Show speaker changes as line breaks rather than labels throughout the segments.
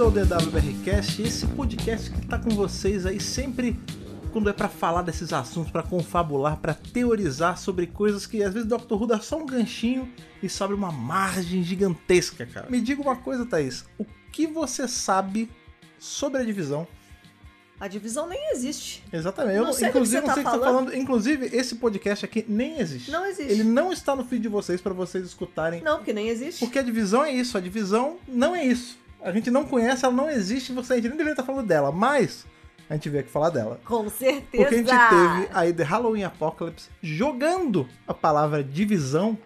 ao DWBRcast, esse podcast que está com vocês aí sempre quando é para falar desses assuntos, para confabular, para teorizar sobre coisas que às vezes Dr. Who dá só um ganchinho e sobe uma margem gigantesca, cara. Me diga uma coisa, Thaís, o que você sabe sobre a divisão?
A divisão nem existe.
Exatamente.
Não sei do que
inclusive,
você
não
tá
sei o que você tá falando. Inclusive, esse podcast aqui nem existe.
Não existe.
Ele não está no feed de vocês para vocês escutarem.
Não, porque nem existe.
Porque a divisão é isso, a divisão não é isso. A gente não conhece, ela não existe, você a gente nem deveria estar falando dela, mas a gente veio aqui falar dela.
Com certeza.
Porque a gente teve aí The Halloween Apocalypse jogando a palavra divisão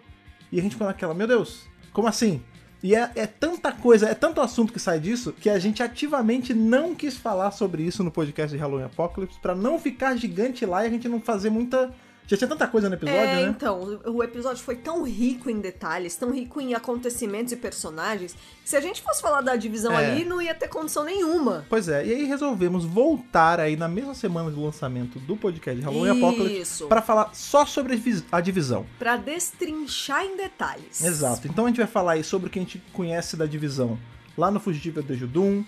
e a gente ficou naquela, meu Deus, como assim? E é, é tanta coisa, é tanto assunto que sai disso que a gente ativamente não quis falar sobre isso no podcast de Halloween Apocalypse pra não ficar gigante lá e a gente não fazer muita. Já tinha tanta coisa no episódio,
É,
né?
então, o episódio foi tão rico em detalhes, tão rico em acontecimentos e personagens, que se a gente fosse falar da divisão
É.
ali, não ia ter condição nenhuma.
Pois é, e aí resolvemos voltar aí na mesma semana do lançamento do podcast de Halloween Apocalypse
Isso. Pra...
pra falar só sobre a divis- a divisão.
destrinchar em detalhes.
Exato. Então a gente vai falar aí sobre o que a gente conhece da divisão lá no Fugitiva do Judum,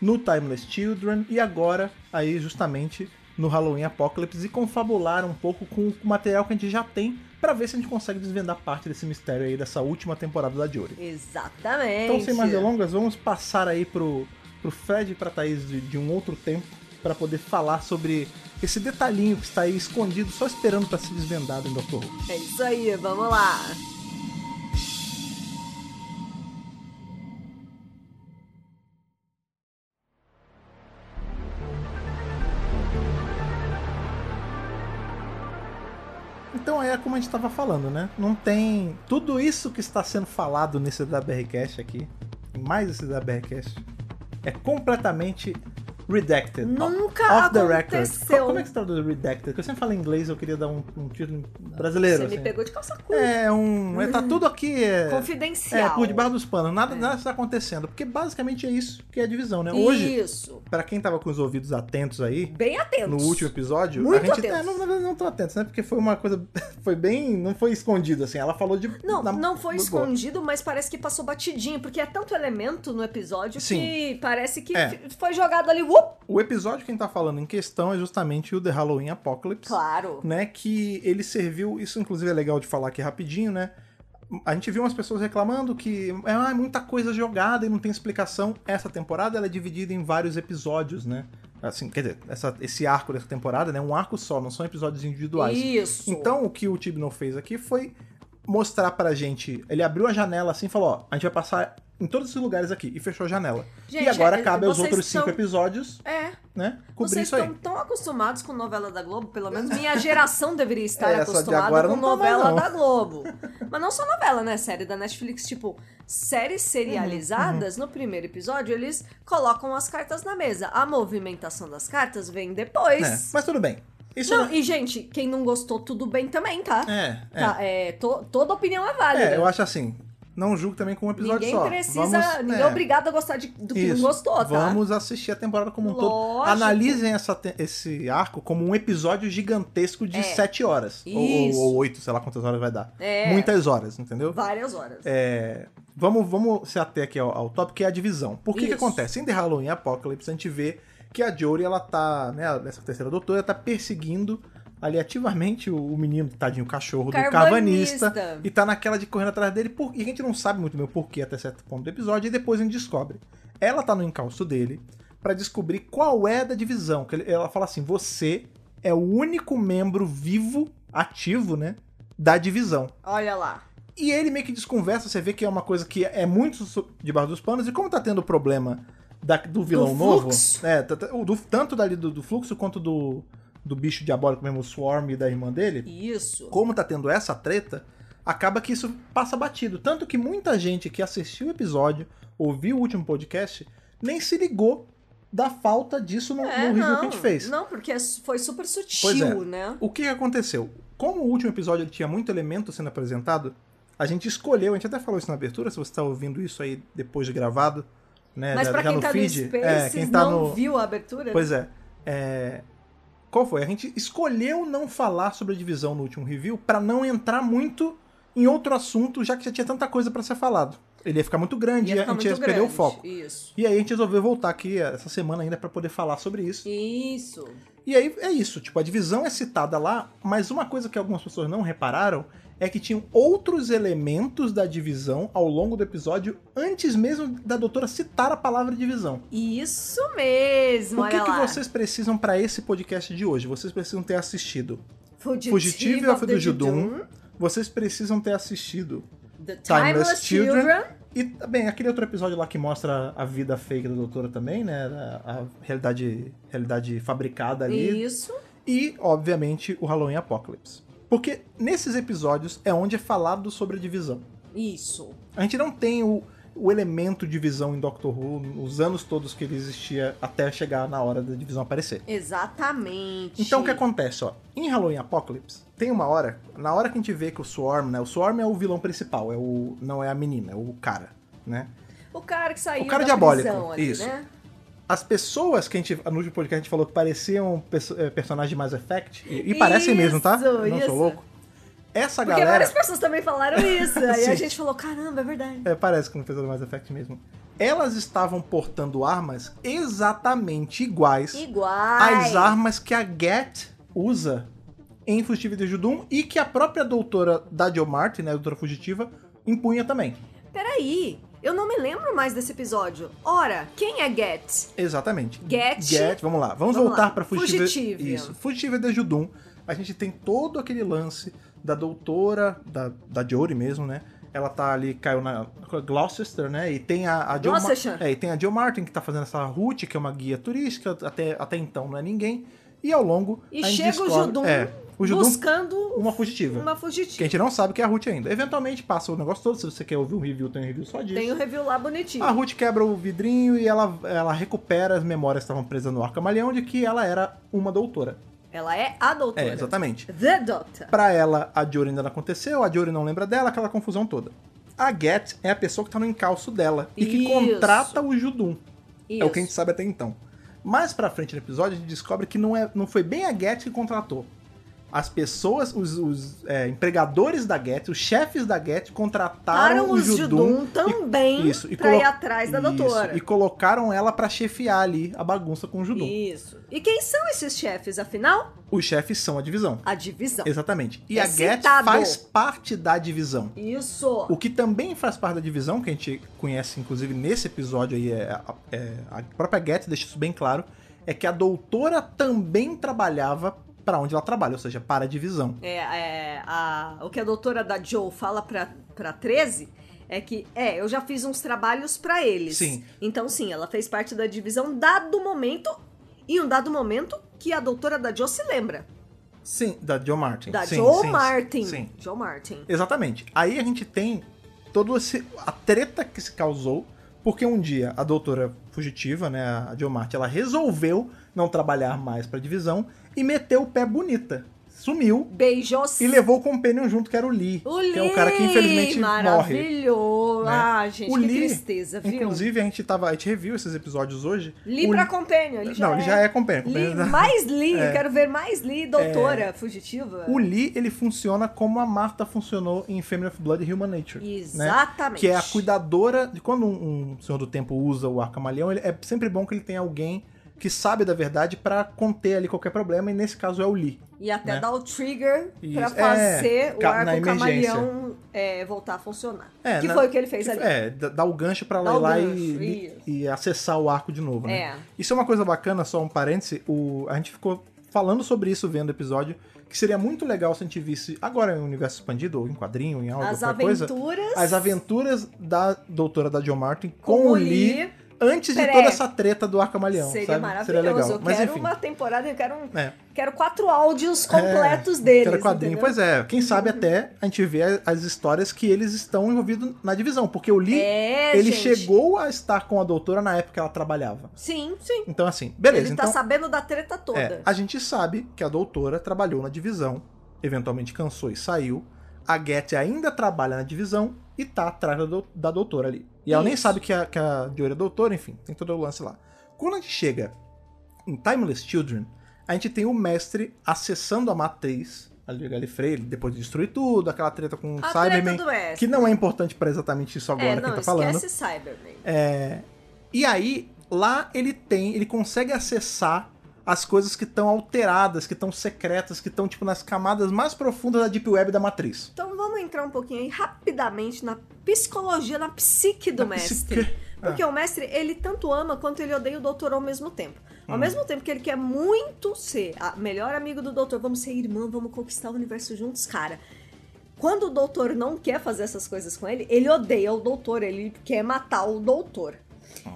no Timeless Children e agora aí justamente no Halloween Apocalypse e confabular um pouco com o material que a gente já tem pra ver se a gente consegue desvendar parte desse mistério aí dessa última temporada da Jory.
Exatamente.
Então sem mais delongas, vamos passar aí pro, pro Fred e pra Thaís de, de um outro tempo pra poder falar sobre esse detalhinho que está aí escondido só esperando pra ser desvendado em Doctor Who.
É isso aí, vamos lá.
Então é como a gente tava falando, né? Não tem. Tudo isso que está sendo falado nesse WRCast aqui, mais esse WRCast, é completamente redacted.
Nunca
off the record.
aconteceu.
Co- Como é que se traduz redacted? Porque eu sempre falo em inglês, eu queria dar um, um título brasileiro.
Você me
assim.
pegou de calça curta.
É um. É, tá tudo aqui. É, é,
Confidencial.
por debaixo dos panos.
É.
Nada, nada está acontecendo. Porque basicamente é isso que é a divisão, né? Hoje,
Isso.
pra quem tava com os ouvidos atentos aí,
Bem atentos.
no último episódio,
Muito
a gente
atentos.
É, não, na verdade, não tô atento, né? Porque foi uma coisa foi bem, não foi escondido assim. Ela falou de
Não,
na-
não foi
no-
escondido, mas parece que passou batidinho, porque é tanto elemento no episódio
Sim.
que parece que
É.
f- foi jogado ali. Up!
O episódio que a gente tá falando em questão é justamente o The Halloween Apocalypse,
Claro.
né, que ele serviu, isso inclusive é legal de falar aqui rapidinho, né? A gente viu umas pessoas reclamando que ah, é muita coisa jogada e não tem explicação. Essa temporada ela é dividida em vários episódios, né? Assim, quer dizer, essa- esse arco dessa temporada, né? Um arco só, não são episódios individuais.
Isso.
Então, o que o Tibnall fez aqui foi mostrar pra gente. Ele abriu a janela assim e falou: ó, a gente vai passar em todos esses lugares aqui. E fechou a janela.
Gente,
e agora
é-
cabe aos
vocês
outros cinco
são-
episódios,
É,
né? Cobrir
vocês
isso aí.
estão tão acostumados com novela da Globo, pelo menos minha geração deveria estar
É, só de
acostumada
agora
com
não tá mais,
novela
não.
da Globo. Mas não só novela, né? Série da Netflix, tipo, séries
Uhum,
serializadas, no primeiro episódio eles colocam as cartas na mesa. A movimentação das cartas vem depois.
É, Mas tudo bem. Isso
Não,
não-
e gente, quem não gostou, tudo bem também, tá?
É, é.
Tá, é, to- toda opinião é
É,
válida.
eu acho assim. Não julgo também com um episódio
ninguém
só.
precisa.
Vamos-
ninguém é
é,
obrigado a gostar de- do que
isso.
não gostou, tá?
Vamos assistir a temporada como um todo.
Lógico.
Analisem essa te- esse arco como um episódio gigantesco de
É.
sete horas. Ou-
Isso.
Ou, ou oito, sei lá quantas horas vai dar.
É.
Muitas horas, entendeu?
Várias horas.
É, vamos, vamos se ater aqui ao, ao tópico, que é a divisão. Por que, que
Isso.
acontece? Em The Halloween Apocalypse, a gente vê que a Jory, ela tá, né, essa terceira doutora, ela tá perseguindo ali ativamente o, o menino, tadinho, o cachorro do
Carvanista.
carvanista. E tá naquela de correndo atrás dele, por- e a gente não sabe muito bem o porquê até certo ponto do episódio, e depois a gente descobre. Ela tá no encalço dele pra descobrir qual é da divisão. que ele- Ela fala assim: você é o único membro vivo, ativo, né? Da divisão.
Olha lá.
E ele meio que desconversa, você vê que é uma coisa que é muito so- debaixo dos panos, e como tá tendo o problema da- do vilão novo,
fluxo.
é, tá- tá- o do- tanto dali do, do fluxo quanto do, do bicho diabólico mesmo, o Swarm e da irmã dele,
Isso.
como tá tendo essa treta, acaba que isso passa batido. Tanto que muita gente que assistiu o episódio, ouviu o último podcast, nem se ligou da falta disso no,
É,
no review
não,
que a gente fez.
Não, porque é foi super
Pois
sutil,
é.
né?
O que que aconteceu? Como o último episódio ele tinha muito elemento sendo apresentado, a gente escolheu, a gente até falou isso na abertura, se você está ouvindo isso aí depois de gravado, né?
Mas
já,
pra
já
quem
no
tá
feed,
no Spaces,
é, quem tá
não
no.
viu a abertura,
Pois é, é, Qual foi? A gente escolheu não falar sobre a divisão no último review pra não entrar muito em outro assunto, já que já tinha tanta coisa pra ser falado. Ele ia ficar muito grande e é, um a
ficar
gente ia
muito
perder o
grande.
foco.
Isso.
E aí a gente resolveu voltar aqui é, essa semana ainda pra poder falar sobre isso.
Isso.
E aí é isso, tipo, a divisão é citada lá, mas uma coisa que algumas pessoas não repararam é que tinham outros elementos da divisão ao longo do episódio, antes mesmo da doutora citar a palavra divisão.
Isso mesmo,
O que,
olha
que
lá.
vocês precisam pra esse podcast de hoje? Vocês precisam ter assistido.
Fugitivo,
Fugitivo
of
do
the
Judum. Vocês precisam ter assistido.
The
Timeless
Timeless
Children.
Children.
E também aquele outro episódio lá que mostra a vida fake da doutora também, né? A, a realidade, realidade fabricada ali
Isso.
e, obviamente, o Halloween Apocalypse. Porque nesses episódios é onde é falado sobre a divisão.
Isso.
A gente não tem o, o elemento divisão em Doctor Who nos anos todos que ele existia até chegar na hora da divisão aparecer.
Exatamente.
Então o que acontece, ó? Em Halloween Apocalypse, tem uma hora, na hora que a gente vê que o Swarm, né? O Swarm é o vilão principal, é o não é a menina, é o cara, né?
O cara que saiu
O cara
da
diabólico,
prisão ali,
isso.
né?
As pessoas que a gente, no último podcast a gente falou que pareciam perso eh, personagens de Mass Effect, e, e parecem mesmo, tá?
Isso,
Eu não
isso.
sou louco. Essa
Porque
galera
várias pessoas também falaram isso. aí
Sim.
a gente falou, caramba, é verdade.
É, parece que não fez o Mass Effect mesmo. Elas estavam portando armas exatamente iguais
Iguais.
às armas que a Gat usa em Fugitivo de Judum e que a própria doutora da Joe Martin, né, a doutora fugitiva, empunha também.
Peraí, eu não me lembro mais desse episódio. Ora, quem é Get?
Exatamente.
Get.
Get, vamos lá. Vamos,
Vamos
voltar
lá.
para Fugitiva.
Fugitiva.
Isso. Fugitiva de Judum. A gente tem todo aquele lance da doutora, da, da Jory mesmo, né? Ela tá ali, caiu na Gloucester, né? E tem a, a Jo Ma-
Gloucestershire.
é, e tem a Joe Martin que tá fazendo essa route, que é uma guia turística, até, até então não é ninguém. E ao longo.
E
a gente
chega o
descobre-
Judum,
É, o Judum,
buscando
uma fugitiva.
uma
Que a
fugitiva.
gente não sabe que é a Ruth ainda. Eventualmente passa o negócio todo. Se você quer ouvir um review, tem um review só disso.
Tem um review lá bonitinho.
A Ruth quebra o vidrinho e ela, ela recupera as memórias que estavam presas no Arcamalhão de que ela era uma doutora.
Ela é a doutora.
É, exatamente.
The Doctor.
Pra ela, a Jory ainda não aconteceu, a Jory não lembra dela, aquela confusão toda. A Get é a pessoa que tá no encalço dela e que
Isso.
contrata o Judum.
Isso.
É o que a gente sabe até então. Mais pra frente no episódio, a gente descobre que não, é, não foi bem a Get que contratou. As pessoas, os, os, é, empregadores da Get, os chefes da Get contrataram
Param
o
os
Judum
Judum também
isso, e
pra
colo-
ir atrás da
Isso,
doutora.
E colocaram ela pra chefiar ali a bagunça com o Judum.
Isso. E quem são esses chefes, afinal?
Os chefes são a divisão.
A divisão.
Exatamente. E
É
a Get
citado.
faz parte da divisão.
Isso.
O que também faz parte da divisão, que a gente conhece inclusive nesse episódio aí, é, é- a própria Get deixa isso bem claro, é que a doutora também trabalhava pra onde ela trabalha, ou seja, para a divisão.
É, é, a- o que a doutora da Joe fala pra, pra 13 é que, é, eu já fiz uns trabalhos pra eles.
Sim.
Então, sim, ela fez parte da divisão dado momento, e um dado momento que a doutora da Joe se lembra.
Sim, da Joe Martin.
Da
sim,
Joe
sim,
Martin.
Sim.
Joe Martin.
Exatamente. Aí a gente tem todo esse a treta que se causou porque um dia a doutora fugitiva, né, a Jill Martin, ela resolveu não trabalhar mais pra divisão e meteu o pé bonita. Sumiu
Beijos.
e levou o companion junto, que era o Lee,
O
que é o cara que
Lee,
infelizmente morre.
Maravilhoso.
né?
Ah, gente,
O
que
Lee,
tristeza, viu?
Inclusive a gente tava, a gente reviu esses episódios hoje.
Lee
O
pra
Lee-
Companion. Ele já
Não,
é.
ele já é companion.
Lee,
companion da-
mais Lee,
É.
eu quero ver mais Lee, doutora fugitiva.
O Lee, ele funciona como a Marta funcionou em Family of Blood e Human Nature. né?
Exatamente.
Que é a cuidadora. De quando um, um senhor do tempo usa o arcamalhão, ele, é sempre bom que ele tenha alguém que sabe da verdade pra conter ali qualquer problema, e nesse caso é o Lee.
E até
né?
dar o trigger pra
Isso. É,
fazer o
ca- na
arco
emergência.
camaleão é, voltar a funcionar.
É,
que
na-
foi o que ele fez ali.
É, dá dá o gancho pra ela ir
Dá o
lá
gancho,
e,
isso.
e acessar o arco de novo, né?
É.
Isso é uma coisa bacana, só um parêntese, o, a gente ficou falando sobre isso vendo o episódio, que seria muito legal se a gente visse agora em universo expandido, ou em quadrinho, em áudio,
As
qualquer coisa.
aventuras.
As aventuras da doutora da John Martin com,
Com
o
o
Lee,
Lee.
antes de
Pré.
toda essa treta do Arcamalhão.
Seria
sabe?
maravilhoso.
Seria legal.
Eu
Mas
quero
enfim.
uma temporada, eu quero, um-
É.
quero quatro áudios completos deles.
Quero quadrinho.
entendeu? Uhum.
Pois é, quem sabe até a gente vê a- as histórias que eles estão envolvidos na divisão. Porque o Lee,
É,
ele
gente.
chegou a estar com a doutora na época que ela trabalhava.
Sim, sim.
Então, assim, beleza.
ele
então,
tá sabendo da treta toda.
É, a gente sabe que a doutora trabalhou na divisão, eventualmente cansou e saiu. A Getty ainda trabalha na divisão e tá atrás da, dou- da doutora ali. E ela nem
Isso.
sabe que a, que a Diori é doutora, enfim, tem todo o lance lá. Quando a gente chega em Timeless Children, a gente tem o mestre acessando a matriz, né, ali o Galifrey, ele depois de destruir tudo, aquela treta com o
A
Cyberman,
treta do Wesker.
que não é importante pra exatamente isso agora
É,
que
não,
tá
esquece
falando.
Cyberman.
É, e aí, lá ele tem, ele consegue acessar as coisas que estão alteradas, que estão secretas, que estão tipo nas camadas mais profundas da Deep Web da Matriz.
Então vamos entrar um pouquinho aí rapidamente na psicologia, na psique do
Na
mestre.
psique.
Porque o mestre, ele tanto ama quanto ele odeia o doutor ao mesmo tempo. Ao mesmo tempo que ele quer muito ser a melhor amigo do doutor, vamos ser irmã, vamos conquistar o universo juntos, cara. Quando o doutor não quer fazer essas coisas com ele, ele odeia o doutor, ele quer matar o doutor.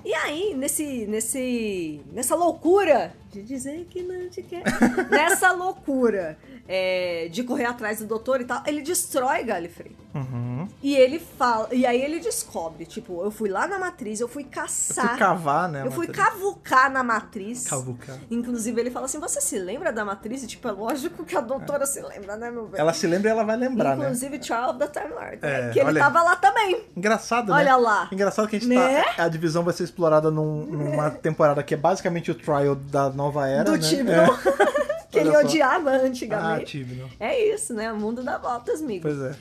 E aí, nesse, nesse, nessa loucura de dizer que não te quer, nessa loucura é, de correr atrás do doutor e tal, ele destrói Galifrey.
Uhum.
E ele fala, e aí ele descobre, tipo, eu fui lá na matriz, eu fui
Fui
caçar,
cavar, né? a
Tá. eu fui
matriz.
cavucar na matriz.
cavucar.
Inclusive, ele fala assim: você se lembra da matriz? E, tipo, é lógico que a doutora se lembra, né, meu velho?
Ela se lembra e ela vai lembrar, né?
Inclusive, Child da Time Lord. né?
É,
que ele
olha-
tava lá também.
Engraçado, né?
Olha lá.
Engraçado que a gente
Né?
tá. A divisão vai ser explorada num- numa temporada que é basicamente o trial da nova era.
do
né?
Tibno.
É.
que ele
Olha só.
odiava
Ah,
antigamente.
Tibno.
é isso, né? O mundo dá voltas, amigo.
Pois é.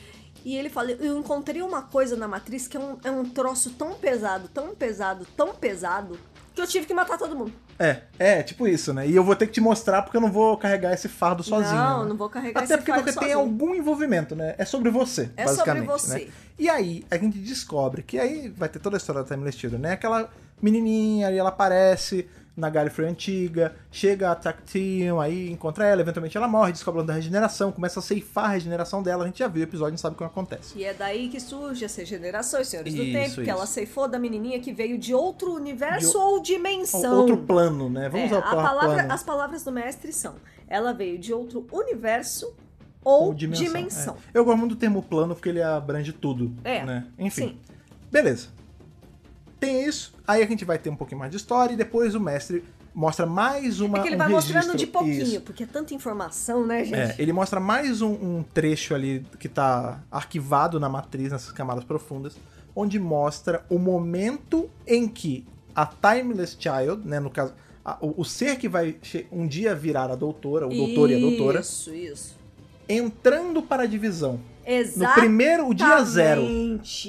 E ele fala: Eu encontrei uma coisa na matriz que é um, é um troço tão pesado, tão pesado, tão pesado, que eu tive que matar todo mundo.
É, é, tipo isso, né? E eu vou ter que te mostrar porque eu não vou carregar esse fardo sozinho.
não,
né?
não vou carregar
Até
esse
porque,
fardo
porque tem
sozinho.
algum envolvimento, né? É sobre você,
É
basicamente.
sobre você.
né? E aí, a gente descobre que aí vai ter toda a história da Timeless Children, né? Aquela menininha ali, ela aparece na Gallifrey antiga, chega a Tactium, aí encontra ela, eventualmente ela morre, descobre da regeneração, começa a ceifar a regeneração dela, a gente já viu o episódio, a gente sabe o que acontece.
E é daí que surge as regenerações, Senhores do
Isso,
Tempo, que
isso.
ela ceifou da menininha que veio de outro universo
De o-
ou dimensão.
Outro plano, né? Vamos
É,
ao
a
plano.
palavra-
plano.
As palavras do mestre são: ela veio de outro universo ou, dimensão.
é. Eu gosto muito do termo plano porque ele abrange tudo.
É,
Né? Enfim.
sim.
Beleza. Tem isso. Aí a gente vai ter um pouquinho mais de história e depois o mestre mostra mais uma.
É que ele
um
vai mostrando
registro.
de pouquinho,
Isso.
porque é tanta informação, né, gente?
É, ele mostra mais um, um trecho ali que tá arquivado na matriz, nessas camadas profundas, onde mostra o momento em que a Timeless Child, né, no caso, a- o, o ser que vai che- um dia virar a doutora, é o doutor e a doutora,
Isso, isso.
entrando para a divisão. No
Exatamente.
primeiro, o dia zero,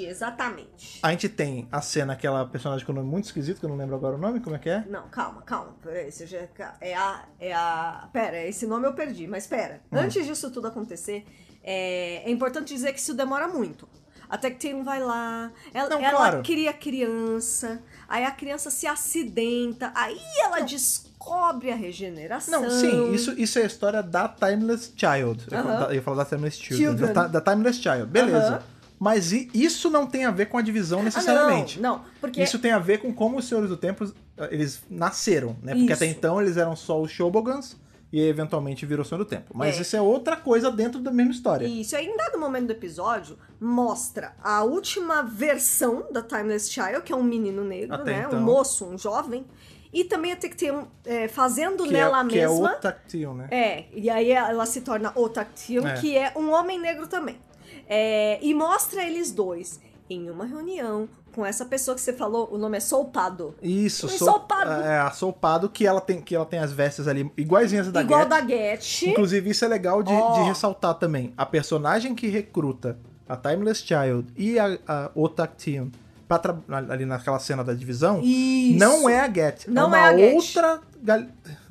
Exatamente.
a gente tem a cena, aquela personagem com o nome muito esquisito, que eu não lembro agora o nome, como é que é?
Não, calma, calma. Peraí, isso já é ca- é a, é a. Pera, esse nome eu perdi, mas pera.
Ah.
Antes disso tudo acontecer, é, é importante dizer que isso demora muito. Até que Taylor vai lá, ela,
Não,
ela
claro.
cria criança, aí a criança se acidenta, aí ela descobre a regeneração.
Não, sim, isso, isso é a história da Timeless Child. Eu ia falar
Aham.
da- Eu ia falar da Timeless Children.
Children.
Da, da Timeless Child, beleza.
Aham.
Mas i- isso não tem a ver com a divisão
Ah,
necessariamente.
não, não, porque
Isso tem a ver com como os Senhores do Tempo eh, eles nasceram, né? Porque até
Isso.
então eles eram só os Shobogans e eventualmente virou Senhor do Tempo. Mas
É.
isso é outra coisa dentro da mesma história.
Isso, aí em dado momento do episódio, mostra a última versão da Timeless Child, que é um menino negro,
Até
né?
então.
Um moço, um jovem. E também a Tectium é, fazendo
que
nela
é, que é
mesma.
o Tactil, né?
É, e aí ela se torna o Tactium,
É.
que é um homem negro também. É, e mostra eles dois em uma reunião com essa pessoa que você falou, o nome é Solpado.
Isso,
Um
sou,
ensopado.
É, assolpado que ela tem que ela tem as vestes ali iguaizinhas da
Igual
Geth.
da Get.
Inclusive, isso é legal de,
Ó.
de ressaltar também. A personagem que recruta a Timeless Child e a, a Otactium pra tra- ali naquela cena da divisão
Isso.
não é a Get.
Não
é uma
é a Geth.
outra gal,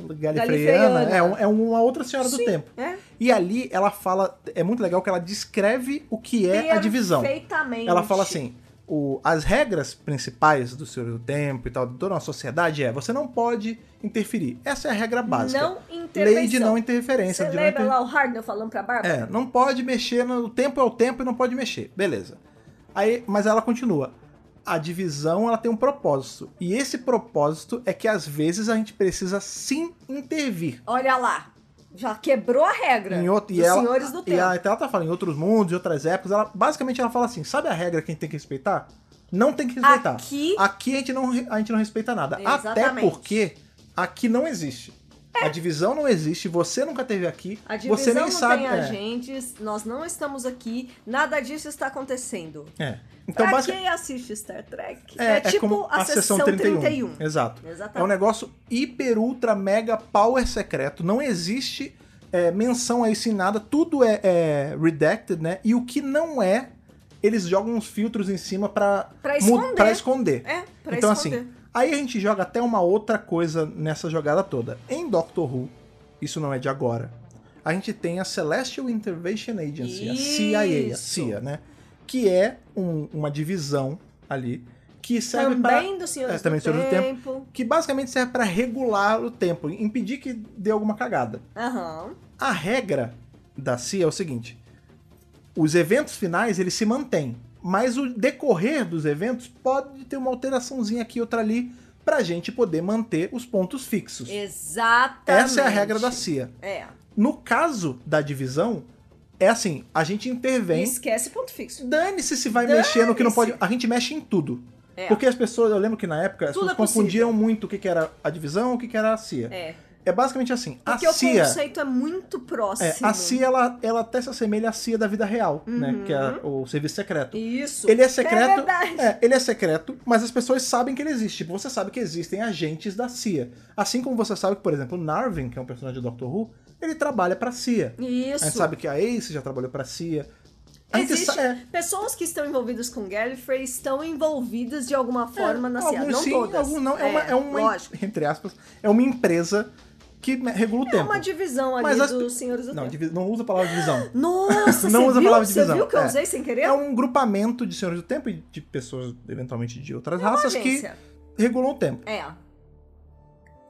galifreiana.
Galifreiana.
É, um- é uma outra senhora do
Sim,
tempo.
é.
E ali ela fala. É muito legal que ela descreve o que é a divisão.
Perfeitamente.
Ela fala assim: o- as regras principais do Senhor do Tempo e tal, de toda a sociedade é você não pode interferir. Essa é a regra básica.
Não intervenção.
Lei de não interferência.
Você
de não
lembra
inter-
lá o Harden falando pra Bárbara?
É, não pode mexer, no, o tempo é o tempo e não pode mexer. Beleza. Aí, mas ela continua. A divisão ela tem um propósito. E esse propósito é que às vezes a gente precisa sim intervir.
Olha lá, já quebrou a regra
Em outro, e
dos
ela,
senhores do
e
tempo.
ela, ela tá falando em outros mundos, em outras épocas. Ela, basicamente ela fala assim: sabe a regra que a gente tem que respeitar? Não tem que respeitar.
Aqui-
a, gente não, re- a gente não respeita nada. Até
Exatamente. É.
porque aqui não existe. A divisão não existe, você nunca teve aqui,
A divisão
você nem
não
sabe.
tem
é.
agentes, nós não estamos aqui, nada disso está acontecendo.
É. Então,
pra
basicamente.
quem assiste Star Trek,
É,
é,
é
tipo
como
a, sessão 31.
31. Exato. É um
Exatamente.
negócio hiper, ultra, mega, power secreto. Não existe é, menção a isso em nada, tudo é, é redacted, né? E o que não é, eles jogam uns filtros em cima pra,
Pra
mu-
esconder.
pra esconder.
É, pra
então
esconder.
assim, aí a gente joga até uma outra coisa nessa jogada toda. Em Doctor Who, isso não é de agora, a gente tem a Celestial Intervention Agency, a CIA, a
Isso.
CIA, né? Que é um- uma divisão ali que serve pra-
também do Senhor
é,
do
também Senhor do Tempo.
Tempo.
que basicamente serve pra regular o tempo, impedir que dê alguma cagada.
Aham.
A regra da CIA é o seguinte: os eventos finais eles se mantêm, mas o decorrer dos eventos pode ter uma alteraçãozinha aqui outra ali pra gente poder manter os pontos fixos.
Exatamente.
Essa é a regra da CIA.
É.
No caso da divisão, é assim: a gente intervém.
Esquece ponto fixo.
Dane-se se vai
Dane-se.
mexer no que não pode. A gente mexe em tudo.
É.
Porque as pessoas, eu lembro que na época, as
Tudo
pessoas
é possível.
confundiam muito o que que era a divisão e o que que era a CIA.
É.
É basicamente assim: a
Porque
CIA.
o conceito é muito próximo.
É, a CIA, ela, ela até se assemelha à CIA da vida real, né? Que é o serviço secreto.
Uhum. Isso.
Ele é secreto.
verdade.
é, ele é secreto, mas as pessoas sabem que ele existe. Tipo, você sabe que existem agentes da CIA. Assim como você sabe que, por exemplo, o Narvin, que é um personagem do Doctor Who, ele trabalha pra CIA.
Isso.
A gente É, sabe que a Ace já trabalhou pra CIA. A gente
Existe,
sa- é,
Pessoas que estão envolvidas com Gallifrey estão envolvidas de alguma forma na CIA.
É, alguns
Não
sim,
todas.
alguns não. É, uma, é uma-
Lógico.
entre aspas, é uma empresa que regula o
É
tempo.
uma divisão ali
Mas as-
dos senhores do
Não,
tempo.
divi- não usa a palavra divisão.
Nossa,
Não
você
usa a
viu?
palavra
Você
divisão,
viu que eu
é.
usei sem querer?
É um grupamento de senhores do tempo e de pessoas, eventualmente, de outras
É uma
raças que
agência.
regulam o tempo.
É.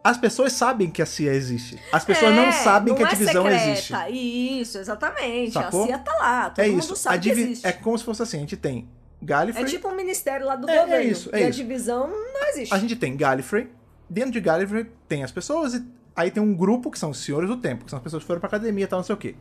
As pessoas sabem que a CIA existe. As pessoas
É,
não sabem que a
é
divisão
secreta.
existe.
Isso, exatamente.
Sacou?
A CIA tá lá, todo
é
mundo
isso.
sabe
A divi-
que existe.
É como se fosse assim: a gente tem
É
Gallifrey.
tipo um ministério lá do
É- é
governo.
isso, é
e a
isso.
divisão não existe.
A gente tem Gallifrey. Dentro de Gallifrey tem as pessoas e aí tem um grupo que são os senhores do tempo, que são as pessoas que foram pra academia e tal, não sei o quê.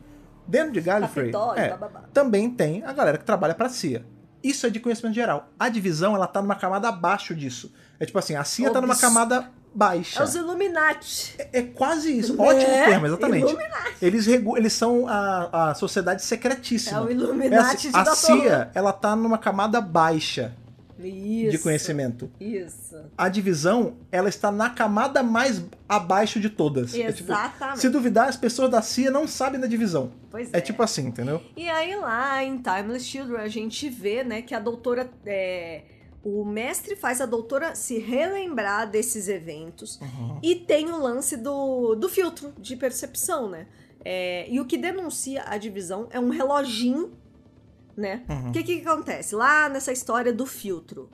Dentro de Gallifrey.
Capitólio,
é,
bababá.
também tem a galera que trabalha pra CIA. Isso é de conhecimento geral. A divisão, ela tá numa camada abaixo disso. É tipo assim, a CIA tá numa
Obs-
camada baixa.
É os Illuminati.
É quase isso.
Né?
Ótimo termo, exatamente.
Illuminati.
Eles, regu- eles são a, a sociedade secretíssima.
É o
É
Illuminati
assim,
de
a
Dr.
CIA, ela tá numa camada baixa
Who. Isso.
de conhecimento.
Isso.
A divisão, ela está na camada mais abaixo de todas. É tipo,
Exatamente.
se duvidar, as pessoas da CIA não sabem da divisão.
Pois
É,
é.
tipo assim, entendeu?
E aí lá em Timeless Children a gente vê, né, que a doutora... é, O mestre faz a doutora se relembrar desses eventos. E tem o lance do, do filtro de percepção, né? É, e o que denuncia a divisão é um reloginho, né? O
Uhum.
que, que acontece? Lá nessa história do filtro,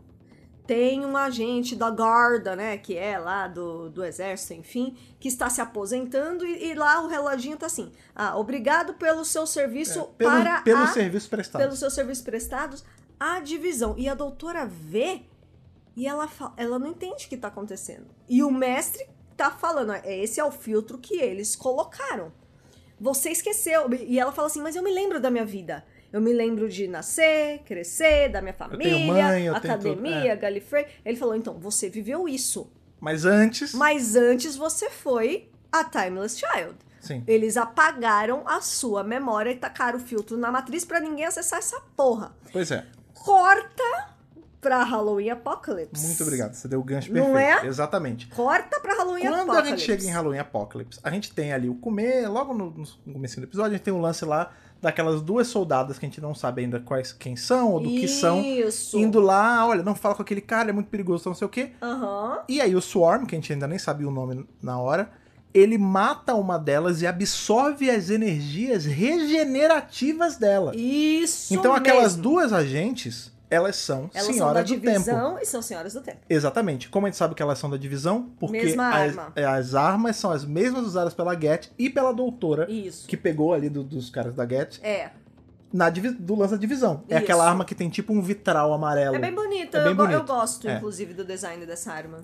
tem um agente da guarda, né? Que é lá do, do exército, enfim, que está se aposentando e, e lá o reloginho tá assim: ah, obrigado pelo seu serviço
É, Pelo,
para
pelo
a
serviço prestado.
pelos seus serviços prestados à divisão. E a doutora vê e ela, fa- ela não entende o que tá acontecendo. E o mestre tá falando, ó, esse é o filtro que eles colocaram. Você esqueceu. E ela fala assim, mas eu me lembro da minha vida. Eu me lembro de nascer, crescer, da minha família,
tenho mãe, eu tenho tudo, é.
academia, Gallifrey. Ele falou, então, você viveu isso.
Mas antes...
Mas antes você foi a Timeless Child.
Sim.
Eles apagaram a sua memória e tacaram o filtro na matriz pra ninguém acessar essa porra.
Pois é.
Corta pra Halloween Apocalypse.
Muito obrigado. Você deu o gancho
Não
perfeito.
é?
Exatamente.
Corta pra Halloween
Quando
Apocalypse.
a gente chega em Halloween Apocalypse, a gente tem ali o comer, logo no, no comecinho do episódio, a gente tem um lance lá daquelas duas soldadas que a gente não sabe ainda quais quem são ou do que são,
Isso.
indo lá, olha, não fala com aquele cara, é muito perigoso, não sei o quê.
Aham.
E aí o Swarm, que a gente ainda nem sabia o nome na hora, ele mata uma delas e absorve as energias regenerativas dela.
Isso
então aquelas
mesmo.
duas agentes, elas são
Elas
senhoras
são
do
da
tempo.
divisão e são senhoras do tempo.
Exatamente. Como a gente sabe que elas são da divisão, porque
Mesma
as,
arma.
é, as armas são as mesmas usadas pela Get e pela doutora,
Isso.
que pegou ali do- dos caras da Get,
É.
na divi- do lance da divisão. É
Isso.
aquela arma que tem tipo um vitral amarelo.
É bem bonita.
É bem
eu, go- eu
bonito.
gosto,
É.
inclusive, do design dessa arma.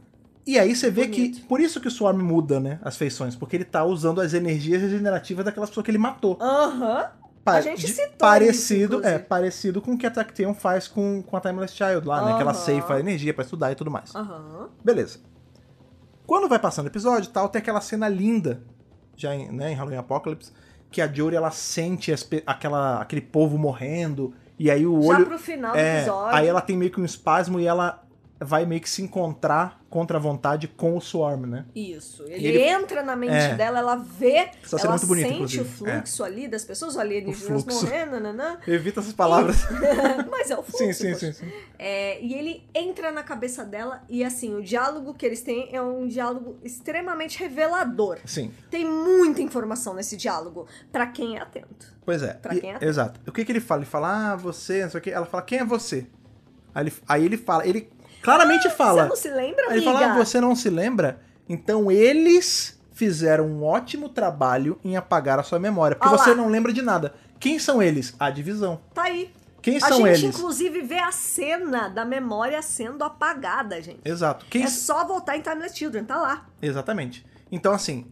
E aí você vê
Bonito.
que. Por isso que o Swarm muda, né? As feições. Porque ele tá usando as energias regenerativas daquelas pessoas que ele matou.
Aham.
Pa-
A gente citou
parecido,
isso,
é,
inclusive.
parecido com o que a Tacteon faz com, com a Timeless Child lá, né? Que ela
Aham.
ceifa a energia pra estudar e tudo mais.
Aham.
Beleza. Quando vai passando o episódio e tal, tem aquela cena linda, já em, né, em Halloween Apocalypse, que a Jory ela sente as pe- aquela, aquele povo morrendo, e aí o
Já
olho.
pro final do
é,
episódio.
aí ela tem meio que um espasmo e ela vai meio que se encontrar contra a vontade com o Swarm, né?
Isso. Ele,
E ele-
entra na mente
É.
dela, ela vê,
Essa cena é
ela
muito bonita,
sente o
inclusive. É.
fluxo ali das pessoas, o alienígenas
fluxo.
morrendo, nananã.
Evita essas palavras.
Mas é o fluxo.
Sim, sim, sim,
poxa.
sim.
É, e ele entra na cabeça dela e assim, o diálogo que eles têm é um diálogo extremamente revelador.
Sim.
Tem muita informação nesse diálogo, pra quem é atento.
Pois é.
Pra
E-
quem é atento.
exato. O que, que ele fala? Ele fala, ah, você, não sei o quê. Ela fala, quem é você? Aí ele, aí ele fala, ele claramente
Você
fala.
não se lembra,
Aí ele
amiga?
fala, ah, você não se lembra? Então eles fizeram um ótimo trabalho em apagar a sua memória. Porque
Olha lá.
você não lembra de nada. Quem são eles? A divisão.
Tá aí.
Quem
a
são eles?
gente, inclusive, vê a cena da memória sendo apagada, gente.
Exato. Quem
É só voltar em Timeless Children, tá lá.
Exatamente. Então, assim,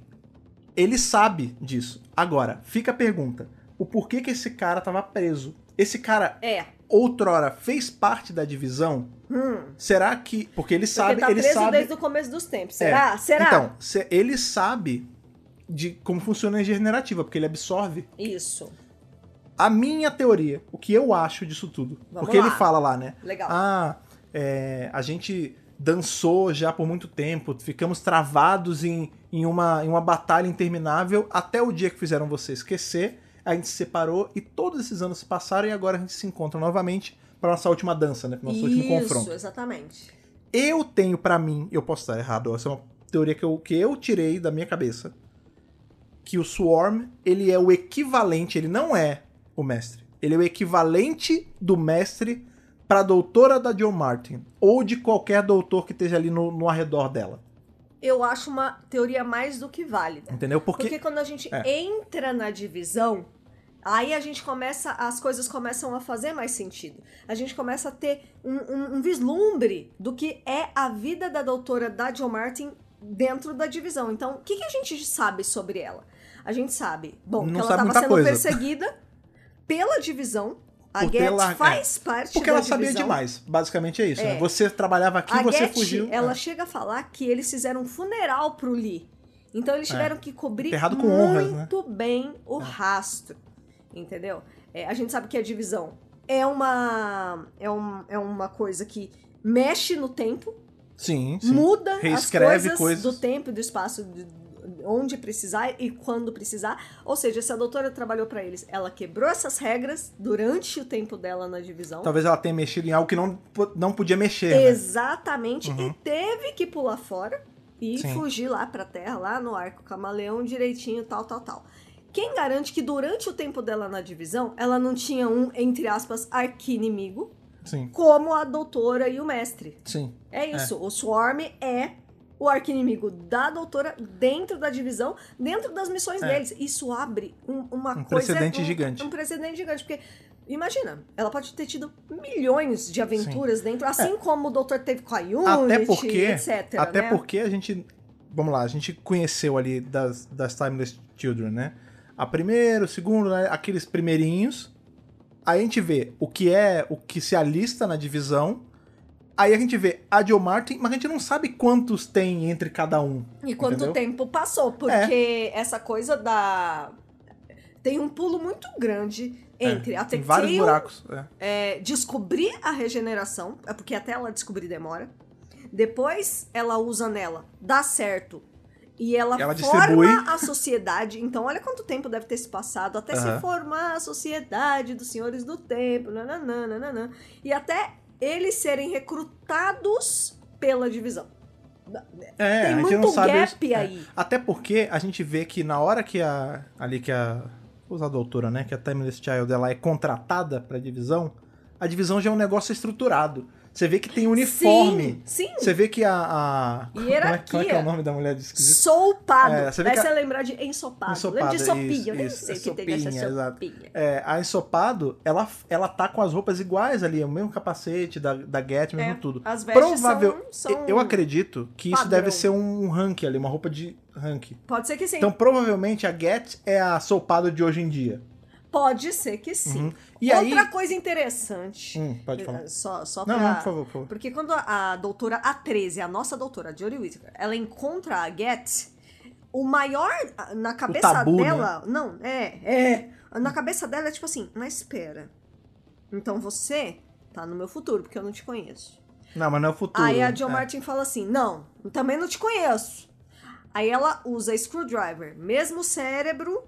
ele sabe disso. Agora, fica a pergunta: o porquê que esse cara tava preso? Esse cara
É.
outrora fez parte da divisão?
Hum.
Será que. Porque ele sabe.
Porque tá
ele
preso
sabe.
desde o começo dos tempos. Será?
É.
Será?
Então, se- ele sabe de como funciona a energia regenerativa, porque ele absorve.
Isso.
A minha teoria, o que eu acho disso tudo.
Vamos
porque
lá.
ele fala lá, né?
Legal.
Ah, é, a gente dançou já por muito tempo, ficamos travados em, em, uma, em uma batalha interminável até o dia que fizeram você esquecer. A gente se separou e todos esses anos se passaram e agora a gente se encontra novamente para nossa última dança, né? Para nosso último
Isso,
confronto.
exatamente.
Eu tenho pra mim, eu posso estar errado, essa é uma teoria que eu, que eu tirei da minha cabeça, que o Swarm, ele é o equivalente, ele não é o mestre. Ele é o equivalente do mestre pra doutora da John Martin, ou de qualquer doutor que esteja ali no, no arredor dela,
Eu acho uma teoria mais do que válida.
entendeu? Porque,
Porque, quando a gente
É.
entra na divisão, aí a gente começa, as coisas começam a fazer mais sentido. A gente começa a ter um, um- um vislumbre do que é a vida da doutora da John Martin dentro da divisão. Então, o que, que a gente sabe sobre ela? A gente sabe, bom,
Não
que ela
sabe
estava
muita
sendo
coisa.
perseguida pela divisão. A
Por ter
Get
larga-
faz parte
porque
da
ela
divisão.
sabia demais, basicamente é isso.
É.
né? Você trabalhava aqui,
A
você
Getty,
fugiu.
ela
é.
chega a falar que eles fizeram um funeral pro Lee. Então eles tiveram que
É.
cobrir
Enterrado com
muito
honras, né?
bem o rastro. Entendeu? É, a gente sabe que a divisão é uma, é, um- é uma coisa que mexe no tempo,
Sim, sim.
muda as
Reescreve
coisas,
coisas.
do tempo e do espaço de- onde precisar e quando precisar. Ou seja, se a doutora trabalhou pra eles, ela quebrou essas regras durante o tempo dela na divisão.
Talvez ela tenha mexido em algo que não, po- não podia mexer. né? Uhum.
Exatamente. E teve que pular fora e
Sim.
fugir lá pra terra, lá no arco camaleão, direitinho, tal, tal, tal. Quem garante que durante o tempo dela na divisão, ela não tinha um, entre aspas, arqui-inimigo,
Sim,
como a doutora e o mestre?
sim.
É isso. O Swarm é o arqui-inimigo da doutora dentro da divisão, dentro das missões
É.
deles. Isso abre um, uma
Um
coisa.
precedente gigante.
Um precedente gigante. Porque, imagina, ela pode ter tido milhões de aventuras dentro, assim como o doutor teve com a Unity,
É. Até porque,
etc.
até
né?
porque a gente, vamos lá, a gente conheceu ali das, das Timeless Children, né? A primeira, o segundo, né? aqueles primeirinhos. Aí a gente vê o que é, o que se alista na divisão. Aí a gente vê a Joe Martin, mas a gente não sabe quantos tem entre cada um.
E quanto
entendeu? É.
tempo passou, porque essa coisa da. Tem um pulo muito grande entre um a
Tem É. vários
Tectale
buracos. é.
é, descobrir a regeneração, é porque até ela descobrir demora. Depois ela usa nela, dá certo. E ela,
Ela distribui.
forma a sociedade. Então, olha quanto tempo deve ter se passado até se
Aham.
formar a sociedade dos senhores do tempo. Nananã, nananã, e até eles serem recrutados pela divisão.
É,
Tem
a gente
muito
não sabe
gap
isso. É.
aí.
Até porque a gente vê que na hora que a. Ali que a. Vou usar a doutora, né? Que a Timeless Child ela é contratada pra divisão, a divisão já é um negócio estruturado. Você vê que tem uniforme.
Sim, sim.
Você vê que a. a- como, é, como é que é
Hierarquia.
o nome da mulher de esquisito?
Soupado.
É, você vê
Aí
que a-
você lembrar de ensopado. Lembra
Ensopada,
de sopinha?
isso,
Eu nem
isso.
sei
É
o que tem essa
sopinha, exato.
sopinha.
É, a Ensopado, ela, ela tá com as roupas iguais ali, o mesmo capacete da, da Get, mesmo
É,
tudo.
As vestes
Provável-
são, são-
Eu acredito que isso
Padrão.
deve ser um rank ali, uma roupa de rank.
Pode ser que sim.
Então, provavelmente, a Get é a Sopado de hoje em dia.
Pode ser que sim.
Uhum. E
Outra
aí.
coisa interessante.
Hum, pode falar.
Eh, Só, só
Não,
pra...
não, por favor, por favor.
Porque quando a, a doutora A13, a nossa doutora, a Jodie Whittaker, ela encontra a Get, o maior ah, na cabeça
tabu, né?
dela... Não, é, é. Na cabeça dela é tipo assim, mas espera. Então você tá no meu futuro, porque eu não te conheço.
Não, mas não é o futuro.
Aí a John
É.
Martin fala assim: Não, também não te conheço. Aí ela usa screwdriver, mesmo cérebro,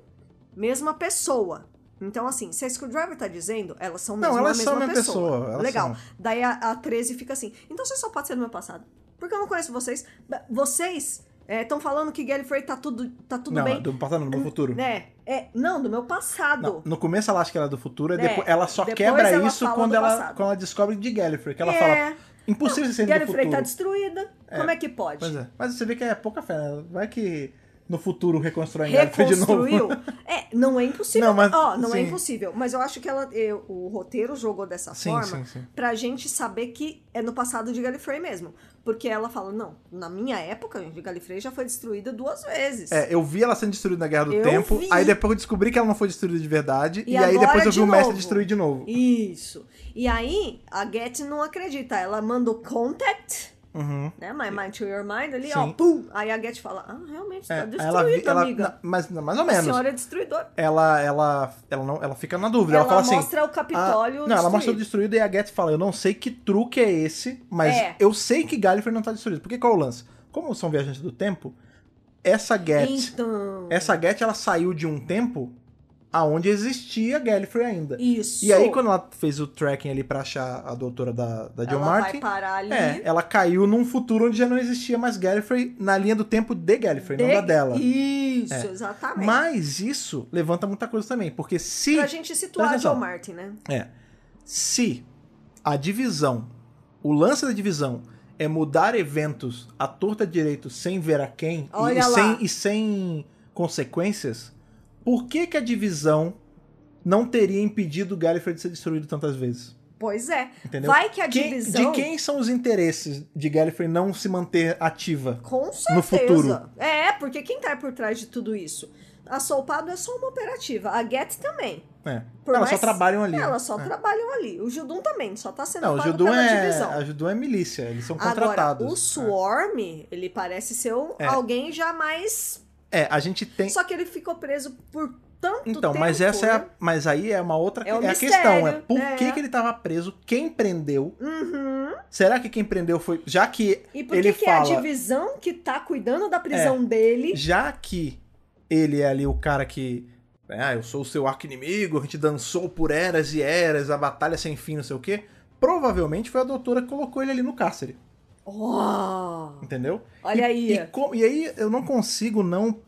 mesma pessoa. Então, assim, se a screwdriver tá dizendo, elas são
Não,
mesmo
elas
a
são
mesma
a mesma
pessoa.
pessoa, elas
Legal.
são.
Daí a, a 13 fica assim: Então você só pode ser do meu passado. Porque eu não conheço vocês. Ba- Vocês estão falando que Gallifrey tá tudo, tá tudo
não, é
bem.
do passado, não, do meu futuro.
Né? É, não, do meu
Não,
passado.
no começo ela acha que ela é do futuro, e
É,
depois ela só
depois
quebra
ela
isso
fala
quando
do
ela,
passado.
quando ela descobre de Gallifrey, que ela
É.
fala, impossível você ser do
Gallifrey
futuro.
tá destruída. Como é que pode?
Pois é. Mas você vê que é pouca fé, né? Vai que no futuro reconstrói Gallifrey de novo.
reconstruiu. É, não é impossível.
Não, mas-
Ó, não é
sim.
impossível. Mas eu acho que ela, eu- o roteiro jogou dessa
Sim,
forma
sim, sim.
pra gente saber que é no passado de Gallifrey mesmo. Porque ela fala, não, na minha época, gente, Gallifrey já foi destruída duas vezes.
É, eu vi ela sendo destruída na Guerra do
Eu
Tempo,
vi.
aí depois eu descobri que ela não foi destruída de verdade,
E
e, aí
agora
depois eu vi
de
o mestre
novo.
destruir de novo.
Isso. E aí, a Get não acredita. Ela manda o contact,
Uhum.
né? My mind to your mind ali,
Sim.
ó, pum. Aí a Get fala, ah, realmente,
É,
tá destruída,
ela vi- ela-
amiga.
na- mas na- mais ou
A
menos.
senhora é destruidora.
Ela, ela, ela, não, ela fica na dúvida. Ela,
Ela
fala assim.
mostra o Capitólio
ah, não, ela mostra o
destruído.
destruído e a Get fala: Eu não sei que truque é esse, mas
É.
eu sei que Gallifrey não tá destruído. Porque qual é o lance? Como são viajantes do tempo, essa Get.
Então...
Essa Get ela saiu de um tempo aonde existia Gallifrey ainda.
Isso.
E aí, quando ela fez o tracking ali pra achar a doutora da, da John
ela
Martin,
vai parar ali.
é, ela caiu num futuro onde já não existia mais Gallifrey na linha do tempo de Gallifrey, não
De-
da dela.
Isso,
É.
exatamente.
Mas isso levanta muita coisa também, porque se.
Pra gente situar a
Presta atenção.
John Martin, né?
É. Se a divisão, o lance da divisão é mudar eventos à torta direito sem ver a quem e- e,
Olha lá.
sem, e sem consequências, por que, que a divisão não teria impedido o Gallifrey de ser destruído tantas vezes?
Pois é.
Entendeu?
Vai que a
Quem-
divisão.
De quem são os interesses de Gallifrey não se manter ativa?
Com certeza.
No futuro.
É, porque quem tá por trás de tudo isso? A Solpado é só uma operativa. A Get também.
É.
Por
Elas só
mais-
trabalham ali.
Elas só
É.
trabalham ali. O Judum também, só tá sendo
Não, o
pago
Judum
pela
é,
divisão.
a Judum é milícia, eles são
Agora,
contratados.
o Swarm, ele parece ser um-
É.
alguém já mais.
É, É, a gente tem
Só que ele ficou preso por tanto tempo.
Então, mas essa é
né?
a, mas aí é uma outra
É um
é a
mistério,
questão, é por
é.
que, que ele tava preso? Quem prendeu?
Uhum.
Será que quem prendeu foi já que
E por
Ele
que, que é
fala- É.
a divisão que tá cuidando da prisão dele?
já que ele é ali o cara que ah, eu sou o seu arqui-inimigo, a gente dançou por eras e eras, a batalha sem fim, não sei o quê. Provavelmente foi a doutora que colocou ele ali no cárcere,
Ó,
entendeu?
olha aí.
E, co- e aí eu não consigo não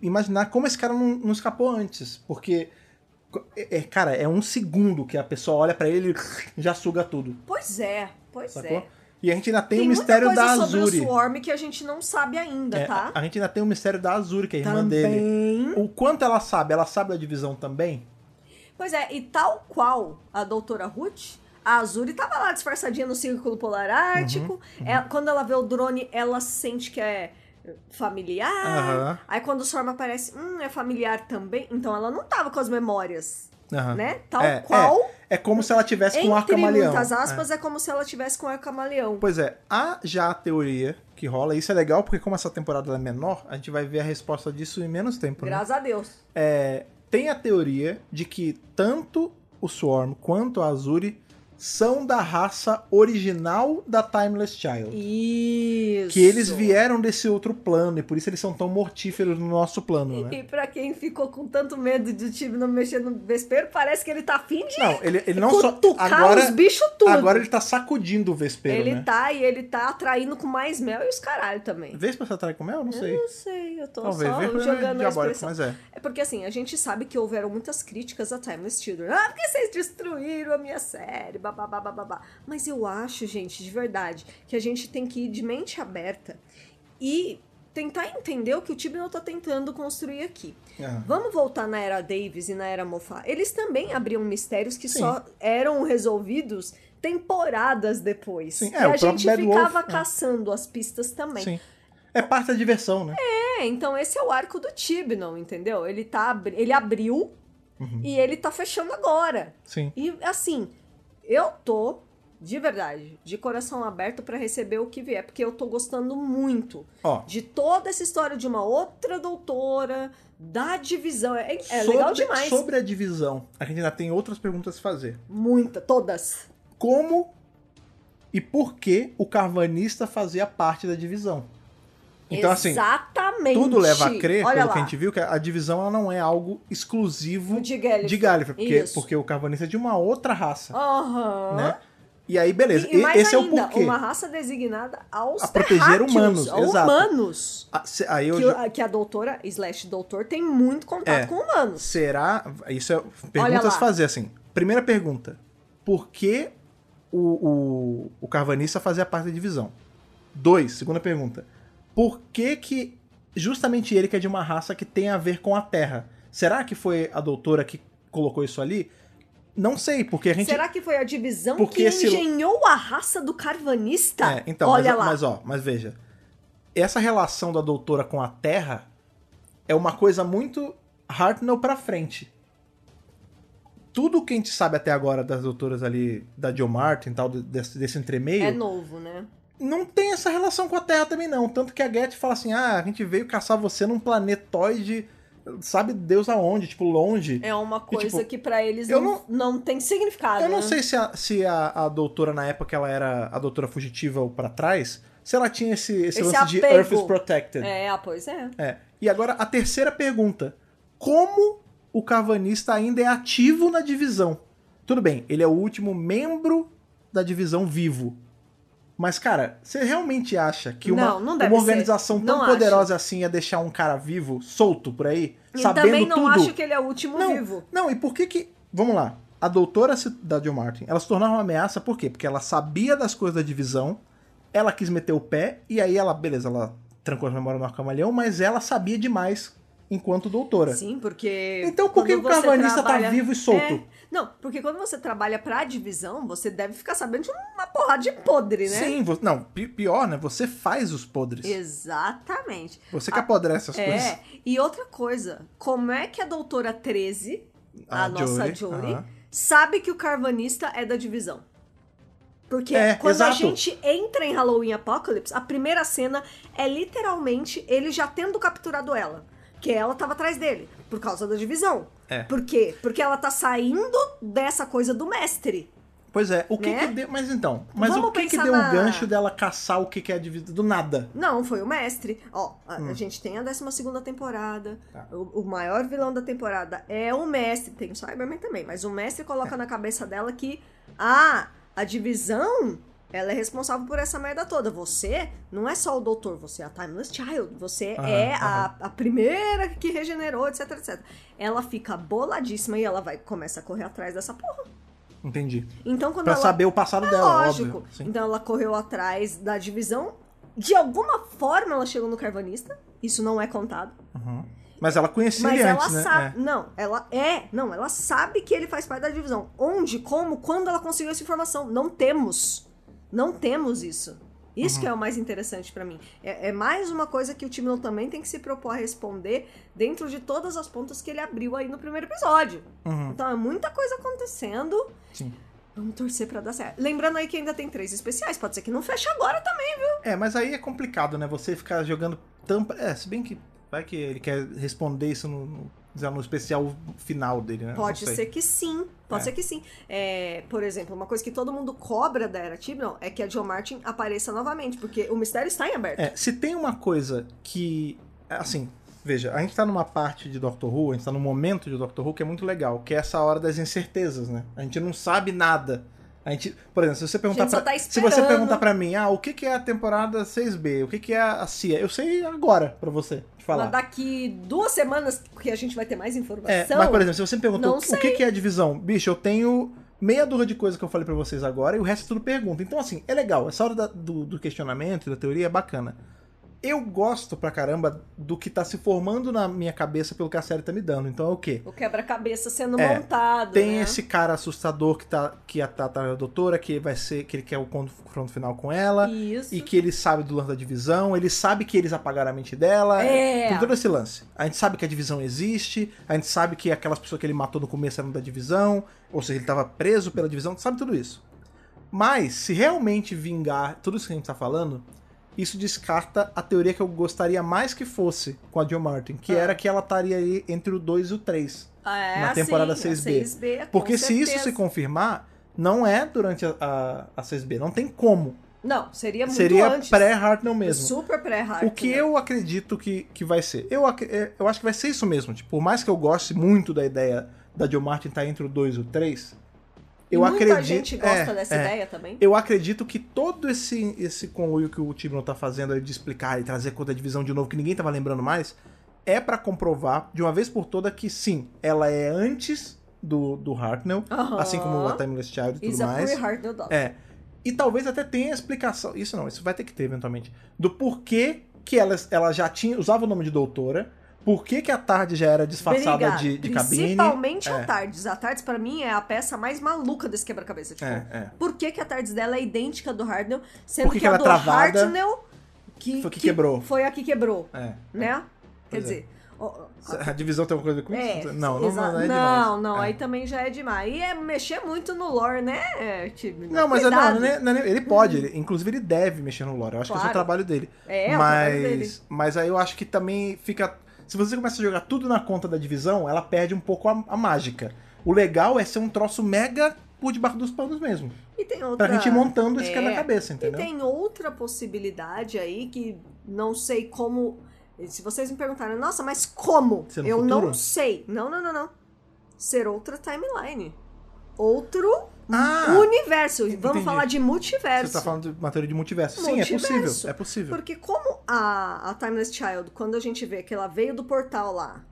imaginar como esse cara não, não escapou antes, porque co- é- é, cara, é um segundo que a pessoa olha pra ele e já suga tudo.
Pois é, pois
Sacou?
é.
E a gente ainda tem, o
muita
mistério
coisa
da
sobre
Azuri.
o Swarm que a gente não sabe ainda,
É,
tá?
a- a gente ainda tem o mistério da Azuri, que é a irmã dele.
Também.
O quanto ela sabe? Ela sabe da divisão também?
Pois é, e tal qual a doutora Ruth, a Azuri tava lá disfarçadinha no Círculo Polar Ártico.
Uhum,
Ela- quando ela vê o drone, ela sente que é familiar.
Aham.
Aí quando o Swarm aparece, hum, é familiar também. Então ela não tava com as memórias,
Aham.
né? Tal
É,
qual...
É como se ela tivesse com o
Entre
Arcamaleão.
muitas
É.
aspas, é. como se ela tivesse com o camaleão.
Pois é, há já a teoria que rola, e isso é legal porque como essa temporada ela é menor, a gente vai ver a resposta disso em menos tempo, né?
Graças a Deus.
É, tem a teoria de que tanto o Swarm quanto a Azuri são da raça original da Timeless Child.
Isso.
Que eles vieram desse outro plano e por isso eles são tão mortíferos no nosso plano, né?
E pra quem ficou com tanto medo de o time não mexer no vespeiro, parece que ele tá afim de
Não, ele, ele não só.
cutucar os
Agora,
bichos tudo.
agora ele tá sacudindo o Vespero,
ele
né?
tá e ele tá atraindo com mais mel e os caralho também.
Vespa se atrai com mel? Não sei.
tá- Eu não sei, eu tô
Talvez.
só
Vespa é
jogando a
diabólico,
expressão.
mas é.
É porque assim, a gente sabe que houveram muitas críticas a Timeless Children. Ah, porque vocês destruíram a minha série, babá, babá. Mas eu acho, gente, de verdade, que a gente tem que ir de mente aberta e tentar entender o que o Tibnall tá tentando construir aqui.
Ah.
Vamos voltar na era Davis e na era Moffat. Eles também abriam mistérios que
Sim.
só eram resolvidos temporadas depois.
Sim, é, o
e a
próprio
gente
Bad Wolf,
ficava
é.
caçando as pistas também.
Sim. É parte da diversão, né?
É, então esse é o arco do Tibnon, entendeu? Ele, tá, abri- ele abriu
Uhum.
e ele tá fechando agora.
Sim.
E assim, eu tô, de verdade, de coração aberto pra receber o que vier, porque eu tô gostando muito
Ó.
de toda essa história de uma outra doutora, da divisão. É, é
sobre,
legal demais.
sobre a divisão, a gente ainda tem outras perguntas a fazer.
Muita, todas.
Como e por que o carvanista fazia parte da divisão. Então, assim,
Exatamente.
tudo leva a crer,
Olha
pelo
lá.
que a gente viu, que a divisão ela não é algo exclusivo
De Gallifrey.
de Gallifrey, porque,
Isso.
porque o carvanista é de uma outra raça,
Aham.
né? E aí, beleza,
E, e
e-
mais
esse
ainda,
é o porquê.
uma raça designada aos
A proteger
terráqueos,
humanos,
a
exato.
humanos.
Ah, se- Aí eu
Que,
já-
o- que a doutora, slash doutor, tem muito contato
É.
com humanos.
Será. Isso é.
Olha
Pergunta a
lá.
se fazer assim. Primeira pergunta. Por que o, o, o Carvanista fazia parte da divisão? Dois, segunda pergunta. Por que que justamente ele que é de uma raça que tem a ver com a Terra? Será que foi a doutora que colocou isso ali? Não sei, porque a gente...
Será que foi a divisão
Porque
que
esse-
engenhou a raça do carvanista?
É, então,
Tá, Olha
mas,
lá.
mas ó, mas veja. Essa relação da doutora com a Terra é uma coisa muito Hartnell pra frente. Tudo que a gente sabe até agora das doutoras ali, da Joe Martin e tal, de- desse, desse entremeio,
É novo, né?
não tem essa relação com a Terra também não. Tanto que a Get fala assim, ah, a gente veio caçar você num planetoide, sabe Deus aonde, tipo, longe.
É uma coisa
tipo,
que pra eles
eu
não, não... tem significado.
Eu não
né?
sei se, a, se a, a doutora, na época ela era a doutora fugitiva ou pra trás, se ela tinha esse, esse,
Esse
lance de
apego.
Earth is Protected.
É, ah, pois é.
É. E agora a terceira pergunta: como o Carvanista ainda é ativo na divisão? Tudo bem, ele é o último membro da divisão vivo. Mas, cara, você realmente acha que uma,
Não, não deve
uma
ser.
organização tão
Não acho.
poderosa assim ia deixar um cara vivo, solto por aí,
E
sabendo
também não
tudo?
acho que ele é o último
Não,
vivo.
Não, e por que que... Vamos lá. A doutora se- da Jill Martin, ela se tornava uma ameaça por quê? Porque ela sabia das coisas da divisão, ela quis meter o pé, e aí ela, beleza, ela trancou as memórias no arcamalhão, mas ela sabia demais enquanto doutora.
Sim, porque.
Então por que
quando
o
você
carvanista
trabalha...
tá vivo e solto?
É. Não, porque quando você trabalha pra divisão, você deve ficar sabendo de uma porrada de podre, né?
Sim, vo- não, pi- pior, né? Você faz os podres.
Exatamente.
Você que apodrece as coisas.
É, e outra coisa, como é que a doutora 13, a,
A
nossa
Jory,
Jory,
aham.
sabe que o carvanista é da divisão? Porque
É,
quando a
exato.
gente entra em Halloween Apocalypse, a primeira cena é literalmente ele já tendo capturado ela. Que ela tava atrás dele, por causa da divisão.
É.
Por quê? Porque ela tá saindo dessa coisa do mestre.
Pois é, o que
Né?
que deu... Mas então, mas
Vamos
o que que
pensar
deu
na-
um gancho dela caçar o que que é a divisão? Do nada.
Não, foi o mestre. Ó, a, a gente tem a 12 temporada.
Hum. Tá.
O, o maior vilão da temporada é o mestre. Tem o Cyberman também, mas o mestre
É.
coloca na cabeça dela que ah, a divisão ela é responsável por essa merda toda. Você não é só o doutor, você é a Timeless Child. Você
Aham,
é a, a primeira que regenerou, etc, etc. Ela fica boladíssima e ela vai começa a correr atrás dessa porra.
Entendi.
Então quando
Pra
ela
saber o passado
é
dela,
lógico.
óbvio. Sim.
Então ela correu atrás da divisão. De alguma forma ela chegou no carvanista. Isso não é contado.
Uhum. Mas ela conhecia
mas
ele
ela
antes, né?
sabe. Não, ela é. Não, ela sabe que ele faz parte da divisão. Onde, como, quando ela conseguiu essa informação? Não temos. Não temos isso. Isso
Uhum.
que é o mais interessante pra mim. É, é mais uma coisa que o Timon também tem que se propor a responder dentro de todas as pontas que ele abriu aí no primeiro episódio.
É. Uhum,
Então é muita coisa acontecendo.
sim.
Vamos torcer pra dar certo. Lembrando aí que ainda tem três especiais. Pode ser que não feche agora tá? também.
É, mas aí é complicado, né? Você ficar jogando tampa. É, se bem que vai que ele quer responder isso no, no, sei lá, no especial final dele, né?
Pode
Não sei.
ser que sim. Pode
É.
ser que sim. É, por exemplo, uma coisa que todo mundo cobra da Era Tibion é que a John Martin apareça novamente, porque o mistério está em aberto.
É, se tem uma coisa que. Assim, veja, a gente tá numa parte de Doctor Who, a gente tá num momento de Doctor Who que é muito legal, que é essa hora das incertezas, né? A gente não sabe nada. A gente, por exemplo, se você perguntar
A gente só
pra,
tá
se você
esperando.
perguntar para mim, ah, o que que é a temporada 6B? O que que é a CIA? Eu sei agora pra você te falar.
Mas daqui duas semanas que a gente vai ter mais
É,
informação.
mas, por exemplo, se você me perguntou
não
o que, que é a divisão, bicho, eu tenho meia dúzia de coisa que eu falei pra vocês agora e o resto é tudo pergunta. Então, assim, é legal. Essa hora da- do, do questionamento, da teoria, é bacana. Eu gosto pra caramba do que tá se formando na minha cabeça pelo que a série tá me dando. Então é o quê?
O quebra-cabeça sendo
É,
montado.
Tem
né?
esse cara assustador que tá que tá atrás da doutora, que vai ser que ele quer o confronto final com ela.
Isso.
E que ele sabe do lance da divisão, ele sabe que eles apagaram a mente dela.
É.
Tem todo esse lance. A gente sabe que a divisão existe, a gente sabe que aquelas pessoas que ele matou no começo eram da divisão, ou seja, ele estava preso pela divisão, sabe tudo isso. Mas, se realmente vingar tudo isso que a gente tá falando, isso descarta a teoria que eu gostaria mais que fosse com a John Martin, que
Ah.
era que ela estaria aí entre o 2 e o 3.
É,
na temporada
sim, a
6B.
6B, com
Porque se isso
certeza.
se confirmar, Não é durante a, a, a 6B, não tem como.
Não, seria É muito
Seria
antes.
pré-Hartnell mesmo.
Super né? pré-hard.
O que eu acredito que, que vai ser? Eu, ac- é, eu acho que vai ser isso mesmo. Tipo, por mais que eu goste muito da ideia da Joe Martin estar entre o 2 e o 3, eu
Muita
acredito.
gente gosta
é,
dessa
é.
ideia também.
Eu acredito que todo esse, esse conluio que o Tibnon tá fazendo aí de explicar e trazer conta de visão de novo, que ninguém tava lembrando mais, é pra comprovar de uma vez por toda que sim, ela é antes do, do Hartnell,
Aham.
assim como a Timeless Child e tudo
Is a
mais.
pre-hard no dog.
É. E talvez até tenha explicação. Isso não, isso vai ter que ter eventualmente. Do porquê que ela, ela já tinha. usava o nome de doutora. Por que, que a tarde já era disfarçada
Briga,
de, de cabine?
Principalmente
é.
a Tardes. A Tardes, pra mim, é a peça mais maluca desse quebra-cabeça. Tipo,
É, é.
por que, que a Tardes dela é idêntica à do Hardnell, sendo
Por que
que,
que
a
ela é
do
travada?
Hardnell que,
Foi que quebrou.
Foi a que quebrou,
é.
né? Quer
Pois é.
dizer... ó, ó,
A divisão tem alguma coisa com
é,
isso? não, não,
exa-
não é demais.
não, não,
É.
aí também já é demais. E é mexer muito no lore, né, time?
Não, mas é-
Cuidado.
não, não é- não é- ele pode, ele- inclusive ele deve mexer no lore. Eu acho que esse é o
Hum. Claro.
trabalho dele.
É, é o
mas,
trabalho dele.
mas aí eu acho que também fica. Se você começa a jogar tudo na conta da divisão, ela perde um pouco a, a mágica. O legal é ser um troço mega por debaixo dos panos mesmo.
E tem outra...
Pra gente ir montando esse
É.
quebra-cabeça,
E
entendeu?
tem outra possibilidade aí que não sei como. Se vocês me perguntarem, nossa, mas como?
Ser no
Eu
futuro?
não sei. Não, não, não, não. Ser outra timeline. Outro
Ah!
universo. Vamos
entendi.
falar de
Você
multiverso.
tá falando de matéria de multiverso. Sim, é
Multiverso.
possível. É possível.
Porque como a, a Timeless Child, quando a gente vê que ela veio do portal lá.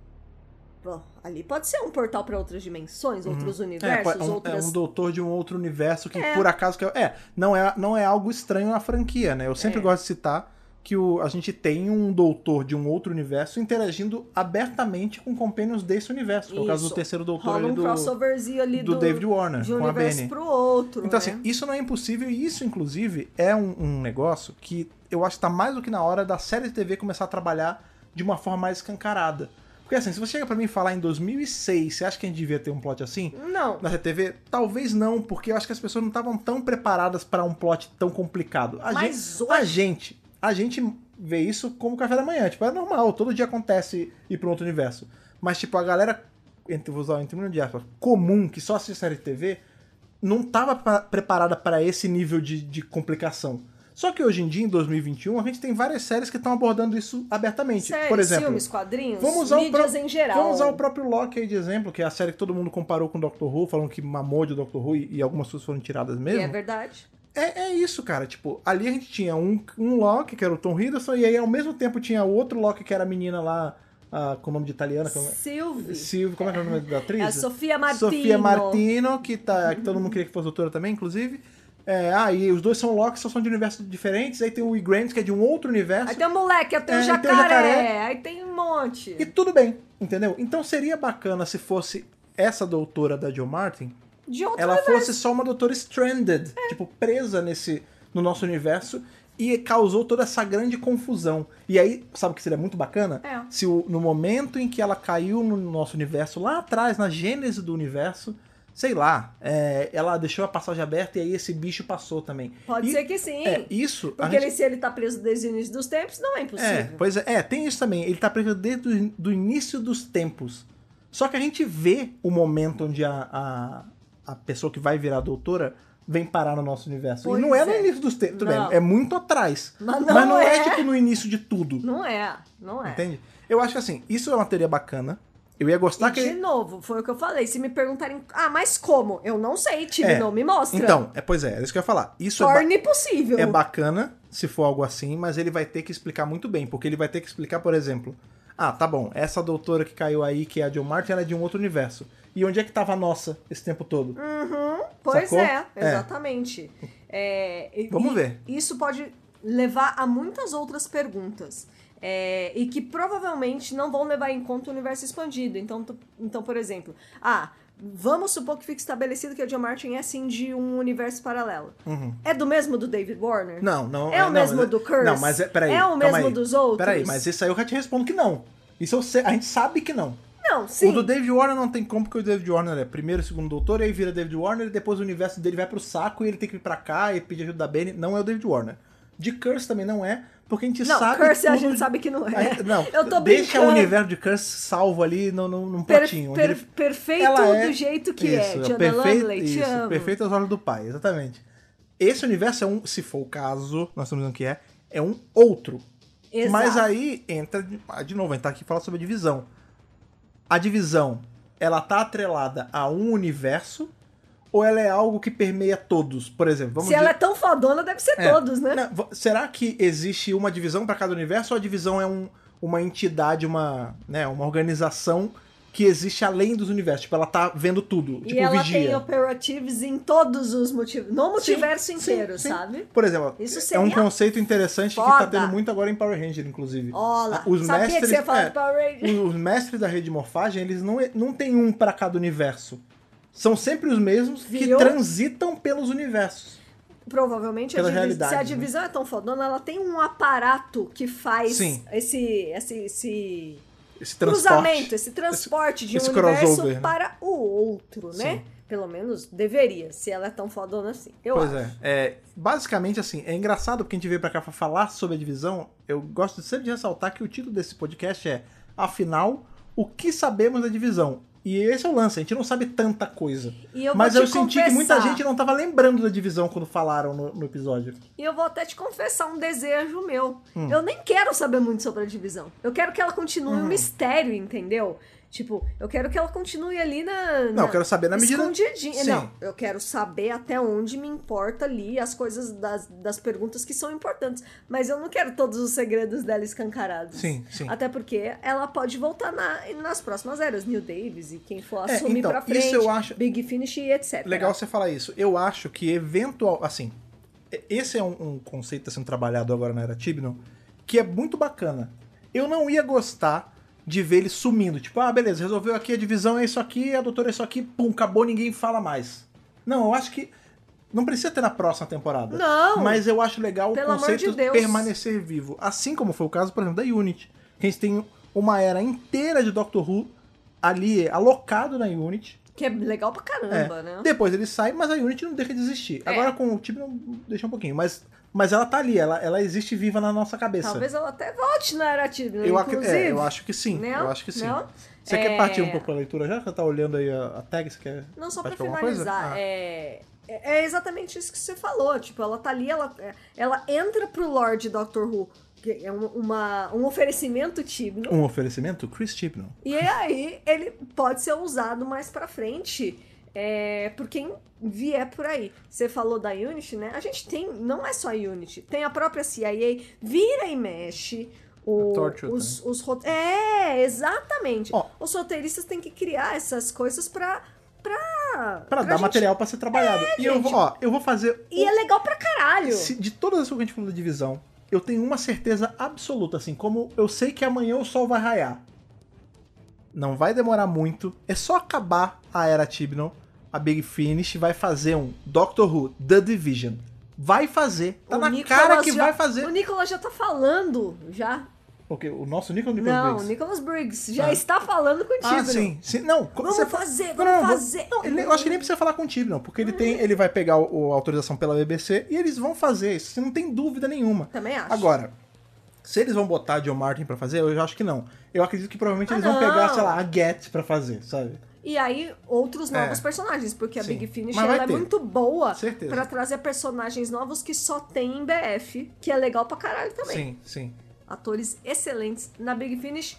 Bom, ali pode ser um portal para outras dimensões, outros
É, pô,
universos,
é um, é
outras.
um doutor de um outro universo que,
É.
por acaso, que é, é, não é, não é algo estranho na franquia, né? Eu sempre
É.
gosto de citar que o, a gente tem um doutor de um outro universo interagindo abertamente com companions desse universo. Que é o caso do
Isso.
terceiro doutor
Rola
ali
um
do,
crossoverzinho ali do,
do David Warner,
de um
com a
universo
Benny.
pro outro.
Então,
né?
assim, isso não é impossível e isso, inclusive, é um, um negócio que eu acho que tá mais do que na hora da série de TV começar a trabalhar de uma forma mais escancarada. Porque, assim, se você chega pra mim e falar em 2006, você acha que a gente devia ter um plot assim?
Não.
Na TV? Talvez não, porque eu acho que as pessoas não estavam tão preparadas pra um plot tão complicado. A
Mas
gente,
hoje-
a gente, a gente vê isso como café da manhã, tipo, é normal, todo dia acontece ir pra um outro universo. Mas tipo, a galera entre vou usar entre milhões de aspas, comum que só assiste série de TV, não tava pra- preparada pra esse nível de, de complicação. Só que hoje em dia, em 2021, a gente tem várias séries que estão abordando isso abertamente.
Séries,
Por exemplo,
filmes, quadrinhos,
Vamos usar, o
mídias
pró-
em geral.
vamos usar o próprio Loki aí de exemplo, que é a série que todo mundo comparou com Doctor Who, falando que mamou de Doctor Who e, e algumas pessoas foram tiradas
E é
mesmo.
verdade.
É, é isso, cara. Tipo, ali a gente tinha um, um Loki, que era o Tom Hiddleston, e aí ao mesmo tempo tinha o outro Loki, que era a menina lá, ah, com o nome de italiana. Como...
Silvio.
Silvio, como é que é o nome da atriz?
É a Sofia Martino.
Sofia Martino, que, tá, que todo mundo queria que fosse doutora também, inclusive. É, ah, e os dois são Loki, só são de universos diferentes. Aí tem o E. Grant, que é de um outro universo.
Aí tem o moleque, aí tem
É,
o
aí tem o
jacaré,
jacaré.
aí tem um monte.
E tudo bem, entendeu? Então seria bacana se fosse essa doutora da Jill Martin,
De outro
ela
universo. É.
fosse só uma doutora stranded, tipo, presa nesse no nosso universo e causou toda essa grande confusão. E aí, sabe o que seria muito bacana?
É.
Se o- no momento em que ela caiu no nosso universo, lá atrás, na gênese do universo, sei lá, é, ela deixou a passagem aberta e aí esse bicho passou também.
Pode
E-
ser que sim.
É, isso... a
Porque
gente-
ele, se ele tá preso desde o início dos tempos, não é
é,
impossível.
pois é, é, tem isso também. Ele tá preso desde o in- do início dos tempos. Só que a gente vê o momento onde a, a, a pessoa que vai virar doutora vem parar no nosso universo. e
Pois
não é, no
é.
início dos tempos, tudo bem,
Não.
é muito atrás.
Mas não
é.
é.
tipo no início de tudo.
Não é, não é.
Entende? Eu acho que assim, isso é uma teoria bacana. Eu ia gostar
E
que.
de novo, foi o que eu falei. Se me perguntarem, ah, mas como? Eu não sei, time,
É.
não me mostra.
Então, é, pois é, é isso que eu ia falar. Isso é ba-
torne possível.
é bacana se for algo assim, mas ele vai ter que explicar muito bem, porque ele vai ter que explicar, por exemplo, ah, tá bom, essa doutora que caiu aí, que é a John Martin, ela é de um outro universo. E onde é que tava a nossa esse tempo todo?
Pois
Sacou?
é,
É.
exatamente. É, e-
Vamos
e
ver.
Isso pode levar a muitas outras perguntas. é, e que provavelmente não vão levar em conta o universo expandido. Então, tu- então por exemplo, ah, vamos supor que fique estabelecido que a John Martin é sim de um universo paralelo. É do mesmo do David Warner?
Uhum. Não, não.
É o
não,
mesmo
mas-
do Curse?
Não, mas é, peraí.
É o
calma
mesmo
aí.
dos outros?
Peraí, mas isso aí eu já te respondo que não. Isso eu sei- a gente sabe que não.
Não, sim.
O do David Warner não tem como, porque o David Warner é primeiro, segundo doutor, e aí vira David Warner, e depois o universo dele vai pro saco e ele tem que ir pra cá e pedir ajuda da Benny. Não é o David Warner. De Curse também não é, porque a gente
Não,
sabe.
Curse a
tudo
gente
de-
sabe que não é.
Aí- não,
Eu tô
deixa o
brincando.
universo de Curse salvo ali no, no, num
Per-
potinho. onde
per-
ele-
perfeito
ela é-
do jeito que
isso,
é. Diana
perfeito,
Lovelace, te
isso,
amo.
perfeito aos olhos do pai, exatamente. Esse universo é um, se for o caso, nós estamos dizendo que é, é um outro.
Exato.
Mas aí entra, de- ah, de novo, a gente tá aqui falando sobre a divisão. A divisão, ela tá atrelada a um universo ou ela é algo que permeia todos? Por exemplo, vamos
Se
dizer-
ela é tão fodona, deve ser
É.
todos, né?
Não, vo- será que existe uma divisão para cada universo ou a divisão é um- uma entidade, uma, né, uma organização que existe além dos universos? Tipo, ela tá vendo tudo,
e
tipo,
ela tem
vigia.
operatives em todos os motivos. No multiverso
Sim,
inteiro,
sim, sim.
sabe?
Por exemplo,
Isso
é um
seria
conceito interessante que tá
foda.
tendo muito agora em Power Ranger, inclusive.
Olha,
Os
sabia
mestres-
que você ia falar
é.
de Power Rangers?
Os mestres da rede de morfagem, eles não, não tem um para cada universo. São sempre os mesmos que
Viu?
transitam pelos universos.
Provavelmente, a
Pela
divi-
realidade,
se a
né?
divisão é tão fodona, ela tem um aparato que faz
Sim.
esse, esse, esse
Esse
cruzamento,
transporte.
esse transporte de
esse
um universo
crossover, né?
para o outro, né?
Sim.
Pelo menos deveria, se ela é tão fodona assim. Eu
Pois
acho.
é. é. Basicamente, assim, é engraçado porque a gente veio pra cá pra falar sobre a divisão. Eu gosto sempre de ressaltar que o título desse podcast é Afinal, o que sabemos da divisão? E esse é o lance, a gente não sabe tanta coisa.
E eu
Mas
vou
eu
te
senti que muita
confessar-
gente não tava lembrando da divisão quando falaram no, no episódio.
E eu vou até te confessar um desejo meu.
Hum.
Eu nem quero saber muito sobre a divisão. Eu quero que ela continue
Uhum.
um mistério, entendeu? Tipo, eu quero que ela continue ali na.
Não, eu quero saber na medida.
Escondidinha.
Sim.
Não, eu quero saber até onde me importa ali as coisas das, das perguntas que são importantes. Mas eu não quero todos os segredos dela escancarados.
Sim, sim.
Até porque ela pode voltar na- nas próximas eras. Neil Davis e quem for
É,
assumir
então,
pra frente.
isso eu acho-
Big Finish e etc.
Legal você falar isso. Eu acho que eventual, assim, e- esse é um, um conceito que tá sendo trabalhado agora na era Tibnon, que é muito bacana. Eu não ia gostar de ver ele sumindo, tipo, ah, beleza, resolveu aqui a divisão é isso aqui, a doutora é isso aqui, pum, acabou, ninguém fala mais. Não, eu acho que não precisa ter na próxima temporada.
Não!
Mas eu acho legal
Pelo
o
amor
conceito
de Deus.
permanecer vivo, assim como foi o caso, por exemplo, da Unity. que A gente tem uma era inteira de Doctor Who ali alocado na Unity.
Que é legal pra caramba,
É.
né?
Depois ele sai, mas a Unity não deixa de existir.
É.
Agora com o Tibnon deixa um pouquinho, mas, mas ela tá ali, ela, ela existe viva na nossa cabeça.
Talvez ela até volte na era Tibner,
eu, ac-
inclusive.
é, eu acho que sim.
Não?
Eu acho que sim.
Não?
Você
É.
quer partir um pouco pra leitura já? Que tá olhando aí a, a tag, você quer.
Não, só pra
partir pra alguma coisa?
finalizar,
Ah.
é... é exatamente isso que você falou. Tipo, ela tá ali, ela, ela entra pro Lord Doctor Who, que é um- uma, um oferecimento Tibno.
Um oferecimento? Chris Tibnon.
E aí ele pode ser usado mais pra frente é, por quem vier por aí. Você falou da Unity, né? A gente tem, não é só a Unity, tem a própria CIA, vira e mexe. O,
A Torchwood
os, os rote- É, exatamente.
Ó.
Os roteiristas têm que criar essas coisas pra. Pra,
Pra, dar
gente-
material pra ser trabalhado. e eu
É, gente.
vou, ó, eu vou fazer.
E é legal pra caralho.
Se- de todas as coisas que a gente falou da divisão, eu tenho uma certeza absoluta, assim, como eu sei que amanhã o sol vai raiar. Não vai demorar muito, é só acabar a era Tibnon, a Big Finish vai fazer um Doctor Who The Division. Vai fazer, tá
O
na
Nicolas
cara que
já-
vai
O
fazer.
Nicolas já tá falando, já.
O quê? O nosso Nicolas Nicolas
não,
Briggs?
o Nicolas Briggs já
Ah.
está falando contigo.
Ah, sim, sim. Não, quando
Vamos
você fa-
fazer,
Não,
vamos
não, não,
fazer.
Não, ele- eu acho que nem precisa falar com o Tibnon, porque ele tem, ele vai pegar o, a autorização pela BBC e eles vão fazer isso, você não tem dúvida nenhuma.
Também acho.
Agora, se eles vão botar John Martin pra fazer, eu já acho que não. Eu acredito que provavelmente
Ah,
eles vão
não.
pegar, sei lá, a Get pra fazer, sabe?
E aí, outros
É.
novos personagens, porque
Sim.
a Big Finish
Mas vai
ela é
ter.
muito boa
Certeza.
pra trazer personagens novos que só tem em BF, que é legal pra caralho também.
Sim, sim.
Atores excelentes na Big Finish.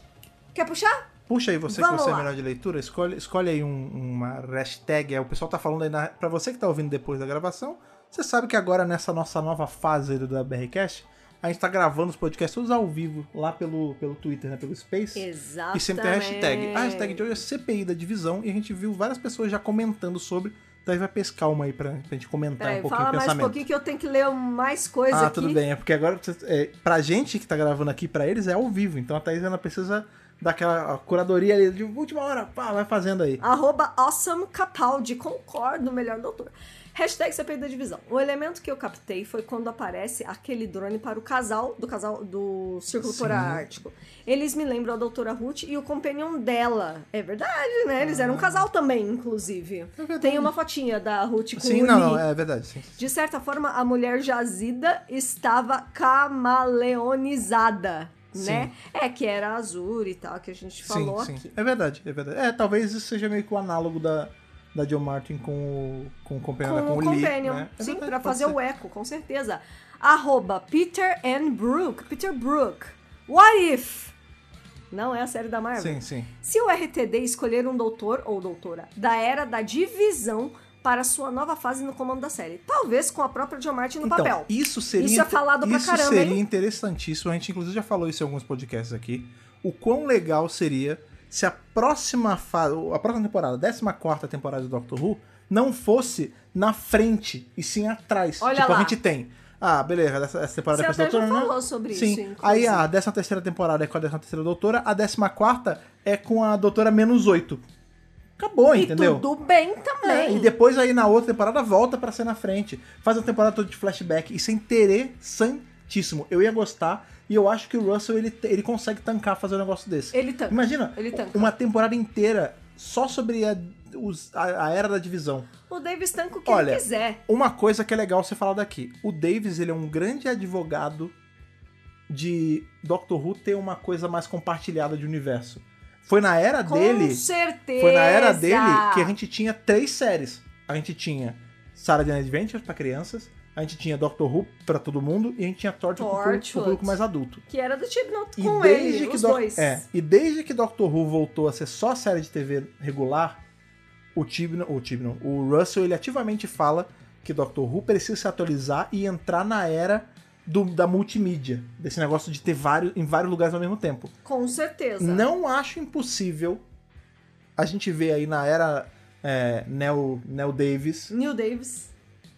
Quer puxar?
Puxa aí, você
Vamos
que você
lá.
é melhor de leitura, escolhe, escolhe aí um- uma hashtag. aí O pessoal tá falando aí, na, pra você que tá ouvindo depois da gravação, você sabe que agora nessa nossa nova fase aí do WRCast, a gente tá gravando os podcasts todos ao vivo, lá pelo, pelo Twitter, né? Pelo Space.
Exatamente.
E sempre tem a hashtag. A hashtag de hoje é CPI da divisão e a gente viu várias pessoas já comentando sobre. Então a gente vai pescar uma aí pra, pra gente comentar
Peraí,
um pouquinho
fala
o
mais um
pensamento.
pouquinho que eu tenho que ler mais coisa
ah,
aqui.
tudo bem. É porque agora, você- é, pra gente que tá gravando aqui, pra eles é ao vivo. Então a Thaís ela precisa daquela curadoria ali
Ah,
de última hora. Pá, vai fazendo aí.
Arroba Awesome Capaldi, concordo, melhor doutor. Hashtag CPI da divisão. O elemento que eu captei foi quando aparece aquele drone para o casal do casal do Círculo
Sim.
Ártico. Eles me lembram a doutora Ruth e o companion dela. É verdade, né? Eles
Ah.
eram um casal também, inclusive.
verdade.
Tem uma fotinha da Ruth com
Sim,
o
não,
Lee.
não, é verdade. Sim.
De certa forma, a mulher jazida estava camaleonizada, né? É, que era a Azura e tal, que a gente falou
sim, sim.
aqui.
É verdade, é verdade. É, talvez isso seja meio que o análogo da, da John Martin com o, com o companheiro
Com
dela,
o
com, o Lee.
Companion,
né? É
sim,
verdade,
pra
pode
fazer
ser.
o eco, com certeza. Arroba Peter and Brooke. Peter Brook. What if? Não é a série da Marvel.
Sim, sim.
Se o RTD escolher um doutor ou doutora da era da divisão para sua nova fase no comando da série, talvez com a própria John Martin no
Então,
papel.
isso seria.
Isso é falado pra
isso
caramba,
seria
hein?
interessantíssimo. A gente, inclusive, já falou isso em alguns podcasts aqui. O quão legal seria se a próxima fase, a próxima temporada, a 14 temporada do Doctor Who, não fosse na frente, e sim atrás.
Olha
tipo,
lá.
a gente tem. Ah, beleza, essa, essa temporada é
Você
com essa
até já
doutora, né?
falou sobre
Sim.
isso,
Aí
inclusive.
a 13 terceira temporada é com a 13 terceira doutora, a 14 quarta é com a doutora menos 8. Acabou,
e
entendeu?
tudo bem
É,
também.
e depois aí na outra temporada volta pra ser na frente. Faz a temporada toda de flashback. Isso é interessantíssimo. Eu ia gostar e eu acho que o Russell ele, te- ele consegue tancar fazer um negócio desse.
Ele tanca.
Imagina
Ele tanca.
uma temporada inteira só sobre a, os- a- a era da divisão.
O Davis tanca o que
Olha,
ele quiser.
Uma coisa que é legal você falar daqui. O Davis, ele é um grande advogado de Doctor Who ter uma coisa mais compartilhada de universo. Foi na era
Com
dele,
certeza.
foi na era dele que a gente tinha três séries. A gente tinha Sarah Jane Adventures pra crianças, a gente tinha Doctor Who pra todo mundo e a gente tinha Torchwood pro público- pro
Torchwood.
público mais adulto.
Que era do Chibnall
E
com
desde
ele,
que
os
Doc-
dois.
é, e desde que Doctor Who voltou a ser só série de TV regular, o Tibno, o Tibno, o Russell, ele ativamente fala que Doctor Who precisa se atualizar e entrar na era do- da multimídia, desse negócio de ter vários em vários lugares ao mesmo tempo.
Com certeza.
Não acho impossível a gente ver aí na era é, Neo, Neo Davis
Neil Davis.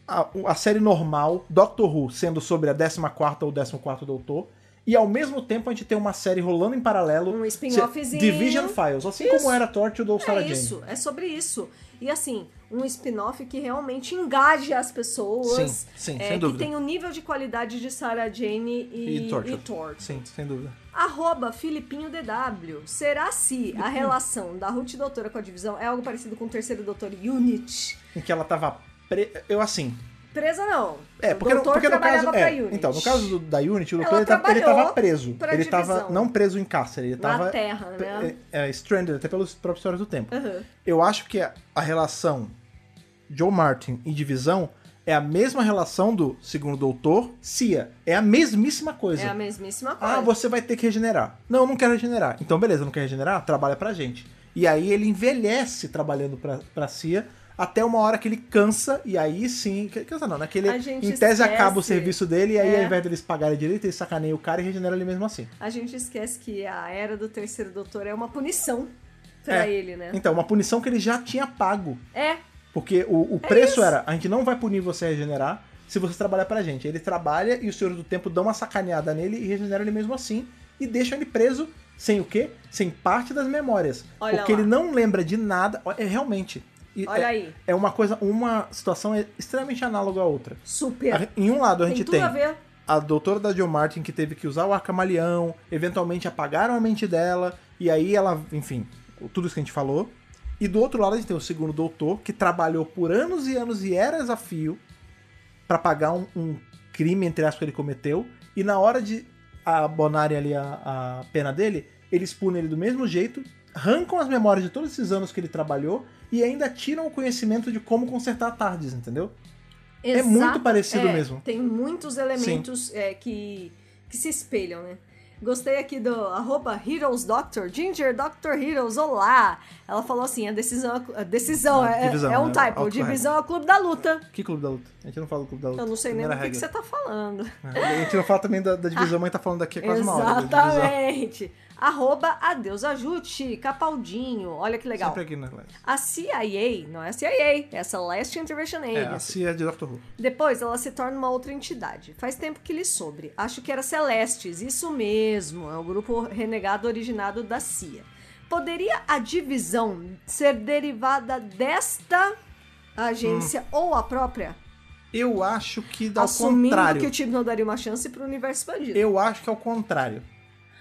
a, a série normal, Doctor Who, sendo sobre a 14 ou 14 Doutor, e ao mesmo tempo a gente tem uma série rolando em paralelo.
Um
se-
spin-offzinho.
Division Files, assim
Isso.
como era Torture ou Sarah
É isso, é sobre isso. E assim, um spin-off que realmente engaje
Jane.
as
Sim,
pessoas.
sim, sem
é, que
dúvida.
tem o nível de qualidade de Sarah Jane e,
E Torchwood.
Torchwood.
Sim, sem dúvida.
Arroba Filipinho DW. Será se a relação da Ruth Doutora com a divisão é algo parecido com o terceiro doutor Unit?
Em que ela tava. Pre... Eu assim.
Presa não.
É,
o
porque, no-
doutor
porque no
trabalhava
caso.
pra
é,
Unit.
então, no caso do- da Unity, o
Ela
doutor ele tava, ele tava
trabalhou
preso.
pra
Ele tava
divisão.
não preso em cárcere, ele
Na
tava.
Terra, né?
É, é, stranded, até pelos próprios histórias do tempo.
Aham.
Eu acho que a, a relação Joe Martin e divisão é a mesma relação do segundo doutor, Cia. É a mesmíssima coisa.
É a mesmíssima coisa.
Ah, você vai ter que regenerar. Não, eu não quero regenerar. Então, beleza, não quer regenerar? Trabalha pra gente. E aí ele envelhece trabalhando pra, pra CIA até uma hora que ele cansa, e aí sim. que- Cansa não, né? Que ele,
A gente
em tese,
esquece.
acaba o serviço dele, e aí
É.
ao invés deles pagarem direito, ele sacaneia o cara e regenera ele mesmo assim.
A gente esquece que a era do terceiro doutor é uma punição pra
É.
ele, né?
Então, uma punição que ele já tinha pago.
É,
Porque o, o
É
preço
isso.
era, a gente não vai punir você a regenerar se você trabalhar pra gente. Ele trabalha e os senhores do tempo dão uma sacaneada nele e regeneram ele mesmo assim. E deixam ele preso sem o quê? Sem parte das memórias.
Olha
porque
lá.
ele não lembra de nada. Ó, É realmente. e
olha
é,
aí.
é uma coisa, uma situação é extremamente análoga à outra.
Super.
A- em um lado a gente
É. tudo
tem
a ver.
a doutora da John Martin que teve que usar o arcamaleão, eventualmente apagaram a mente dela, e aí ela, enfim, tudo isso que a gente falou. E do outro lado a gente tem o segundo doutor, que trabalhou por anos e anos e era desafio pra pagar um, um crime, entre aspas, que ele cometeu, e na hora de abonarem ali a, a pena dele, eles punem ele do mesmo jeito, arrancam as memórias de todos esses anos que ele trabalhou e ainda tiram o conhecimento de como consertar tardes, entendeu? É muito
Exato.
parecido
É,
mesmo.
Tem muitos elementos é, que, que se espelham, né? Gostei aqui do arroba Heroes Doctor, Ginger Doctor Heroes, olá! Ela falou assim, a decisão, é cl- a decisão
Não,
é,
divisão,
é um
né?
typo,
Autocorreto.
divisão é o clube da luta.
Que clube da luta? A gente não fala do clube da luta.
Eu não sei nem do
Primeira
que, que
regra. É.
você tá falando.
A gente não fala também da, da divisão, mas tá falando daqui a quase uma hora. da divisão.
Exatamente! Arroba Adeus Ajute, Capaldinho, olha que É legal.
Sempre aqui né? na Leste.
A CIA, não é a CIA, é a Celeste Intervention
É,
Agency.
a CIA de Doctor Who.
Depois ela se torna uma outra entidade. Faz tempo que li sobre. Acho que era Celestes, isso mesmo. É o grupo renegado originado da CIA. Poderia a divisão ser derivada desta a agência ou a própria,
Eu acho que dá o
assumindo
Hum. contrário.
que o time não daria uma chance pro universo expandido.
Eu acho que é o contrário.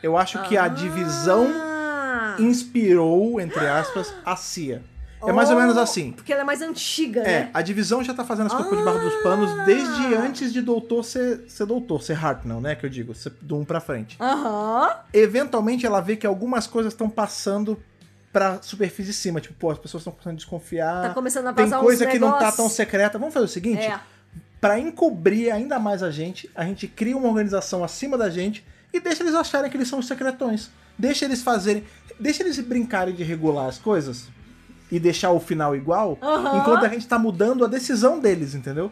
Eu acho que a divisão
Ah!
inspirou, entre aspas, a CIA. É mais ou menos
Oh,
assim.
Porque ela é Ah. mais antiga,
É,
né?
a divisão já tá fazendo as copas debaixo dos panos desde antes de doutor ser, ser doutor, ser Hartnell, né? Que eu digo, ser do um pra frente.
Aham.
Eventualmente ela vê que algumas coisas estão passando pra superfície de cima. Tipo, pô, as pessoas estão começando a desconfiar.
Tá começando a
Ah, tem
vazar
coisa
uns
que não tá
negócios.
tão secreta. Vamos fazer o seguinte?
É.
Pra encobrir ainda mais a gente, a gente cria uma organização acima da gente e deixa eles acharem que eles são os secretões. Deixa eles fazerem. Deixa eles brincarem de regular as coisas e deixar o final igual,
Aham.
enquanto a gente tá mudando a decisão deles, entendeu?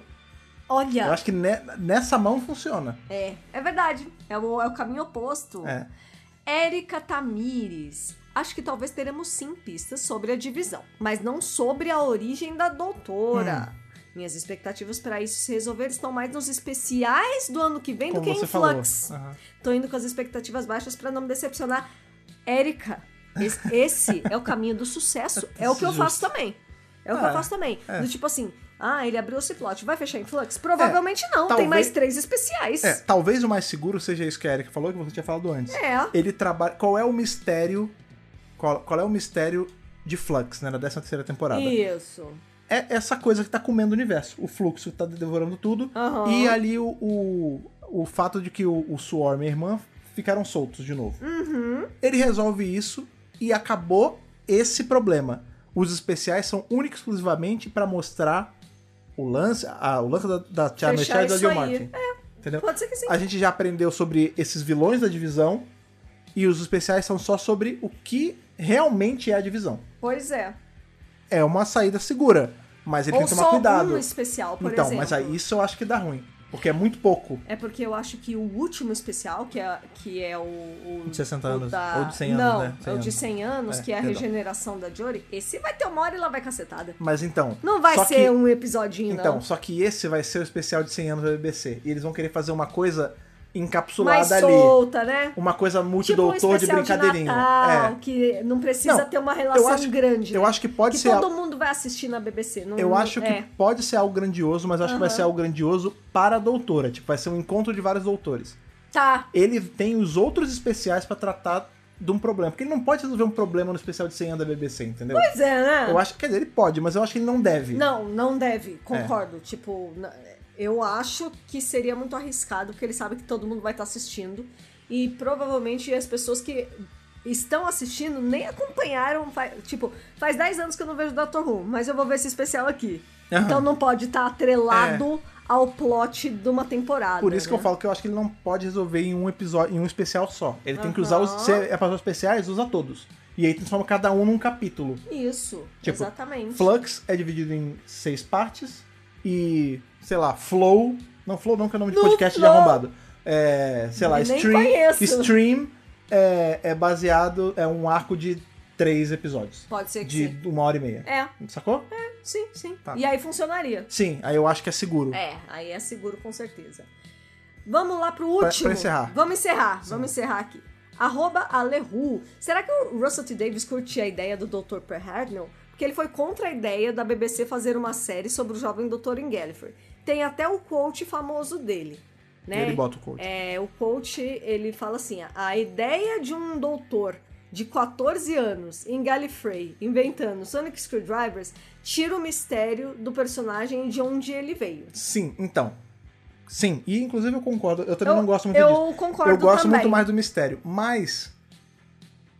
Olha,
Eu acho que ne- nessa mão funciona.
é, é verdade. É o, é o caminho oposto.
É.
Érica Tamires. Acho que talvez teremos sim pistas sobre a divisão, mas não sobre a origem da doutora.
Hum.
Minhas expectativas para isso se resolver estão mais nos especiais do ano que vem
Como
do que em
você
Flux.
falou. É. Aham.
Tô indo com as expectativas baixas para não me decepcionar. Érica, es- esse é o caminho do sucesso. É o que eu
Justo.
faço também. É o que
Ah,
eu faço também.
é.
Do tipo assim, ah, ele abriu o Ciplot, vai fechar em Flux? Provavelmente não, tem
É, talvez-
mais três especiais.
É, talvez o mais seguro seja isso que a Erika falou, que você tinha falado antes.
É.
Ele trabalha. Qual é o mistério. Qual, qual é o mistério de Flux, né? Na 13 terceira temporada.
Isso.
é essa coisa que tá comendo o universo. O fluxo tá devorando tudo.
Aham.
E ali o, o, o fato de que o, o Swarm e a irmã ficaram soltos de novo.
Uhum.
Ele resolve isso e acabou esse problema. Os especiais são única e exclusivamente pra mostrar o lance, a- o lance da, da Charmer
Fechar
Chad e da
isso
Jill
aí. É.
Martin. Entendeu?
Pode ser que sim.
Então, A gente já aprendeu sobre esses vilões da divisão e os especiais são só sobre o que realmente é a divisão.
Pois é.
É uma saída segura, mas ele
Ou
tem que tomar
só
cuidado.
um especial, por
então,
exemplo.
mas aí isso eu acho que dá ruim. Porque é muito pouco.
É porque eu acho que o último especial, que é, que é o, o.
De 60
o
anos,
da-
ou de 100 anos,
Não,
né? 100
é o de
anos.
100 anos,
É,
que é a
perdão.
regeneração da Jory. Esse vai ter uma hora e ela vai cacetada.
Mas então.
Não vai
só
ser
que,
um episodinho,
Então,
não.
só que esse vai ser o especial de 100 anos da BBC. E eles vão querer fazer uma coisa encapsulada
Mais
ali.
solta, né?
Uma coisa
Tipo um
multidoutor de
especial de,
brincadeirinha.
Natal,
é.
que não precisa
Não,
ter uma relação
acho-
grande.
Eu
né?
acho que pode
que
ser.
todo
al-
mundo vai assistir na BBC. Não,
Eu acho que
é.
pode ser algo grandioso, mas acho que vai
Aham.
ser algo grandioso para a doutora. Tipo, vai ser um encontro de vários doutores.
Tá.
Ele tem os outros especiais pra tratar de um problema. Porque ele não pode resolver um problema no especial de 100 anos da BBC, entendeu?
Pois é, né?
Eu acho, quer dizer, ele pode, mas eu acho que É. ele não deve.
Não, não deve, concordo. Tipo, na- eu acho que seria muito arriscado, porque ele sabe que todo mundo vai estar assistindo. E provavelmente as pessoas que estão assistindo nem acompanharam. fa- Tipo, faz 10 anos que eu não vejo Doctor Who, mas eu vou ver esse especial aqui.
Aham. É.
Então não pode estar atrelado ao plot de uma temporada.
Por isso que
né?
eu falo que eu acho que ele não pode resolver em um episódio, em um especial só. Ele tem que usar os.
Aham.
Se é pra usar especiais, usa todos. E aí transforma cada um num capítulo.
Isso,
Tipo,
exatamente.
Flux é dividido em seis partes. E, sei lá, Flow. Não, Flow não, que é o nome de
No
podcast
Flow.
de arrombado. É, sei lá,
Eu nem
Stream.
conheço.
Stream é, é baseado. É um arco de três episódios.
Pode ser que
De
sim.
uma hora e meia.
É,
Sacou?
sim, sim.
Tá.
E aí funcionaria.
Sim, aí eu acho que é seguro.
É, aí é seguro com certeza. Vamos lá pro
pra
último.
encerrar.
Vamos encerrar, vamos encerrar aqui. Arroba Alehu. Será que o Russell T. Davis curtia a ideia do Dr. Per Hartnell? Porque ele foi contra a ideia da BBC fazer uma série sobre o jovem Dr. Ingallifrey. Tem até o quote famoso dele, né?
Ele bota o coach.
É, o coach, ele fala assim, a- a ideia de um doutor de 14 anos em Gallifrey inventando Sonic Screwdrivers tira o mistério do personagem e de onde ele veio.
Sim, então. Sim, e inclusive eu concordo. Eu também não gosto muito disso.
eu concordo
Eu gosto
também.
muito mais do mistério. Mas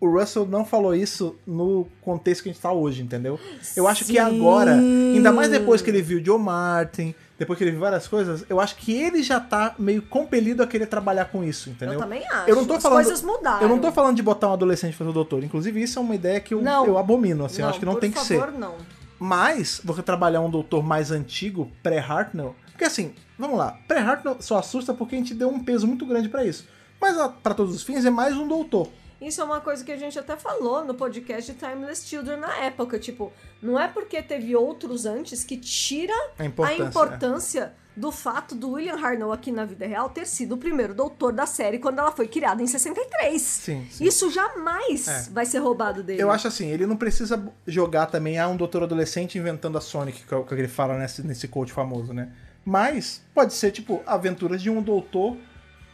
o Russell não falou isso no contexto que a gente tá hoje, entendeu? Eu acho que
Sim.
agora, ainda mais depois que ele viu Joe Martin, depois que ele viu várias coisas, eu acho que ele já tá meio compelido a querer trabalhar com isso, entendeu?
Eu também acho.
Eu não tô
As
falando-
coisas mudaram.
Eu não tô falando de botar um adolescente pra ser doutor. Inclusive, isso é uma ideia que eu,
Não.
eu abomino, assim. eu acho que não
por
tem que ser.
favor, não.
Mas você trabalhar um doutor mais antigo, pré-Hartnell, porque assim, vamos lá, pré-Hartnell só assusta porque a gente deu um peso muito grande pra isso. Mas a- pra todos os fins é mais um doutor.
Isso é uma coisa que a gente até falou no podcast de Timeless Children na época. Tipo, não é porque teve outros antes que tira
A
a
importância. né?
importância do fato do William Hartnell aqui na vida real ter sido o primeiro doutor da série quando ela foi criada em 63.
Sim, sim.
Isso jamais
É.
vai ser roubado dele.
Eu acho assim, ele não precisa jogar também a um doutor adolescente inventando a Sonic, que é o que ele fala nesse, nesse coach famoso, né? Mas pode ser, tipo, aventuras de um doutor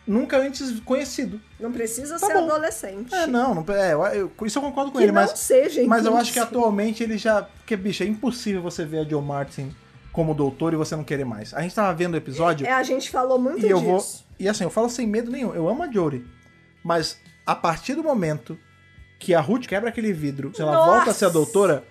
nunca antes conhecido.
Não precisa
Tá
ser
bom.
adolescente.
É, não, não é, eu- eu- isso eu concordo com
que
ele,
não
mas,
seja,
mas eu acho que é
inclusive.
atualmente ele já. Porque, bicho, é impossível você ver a Joe Martin como doutor e você não querer mais. A gente tava vendo o episódio
É, a gente falou muito
e
disso.
eu vou. E assim, eu falo sem medo nenhum, eu amo a Jory. Mas a partir do momento que a Ruth quebra aquele vidro, ela
Nossa!
volta a ser a doutora,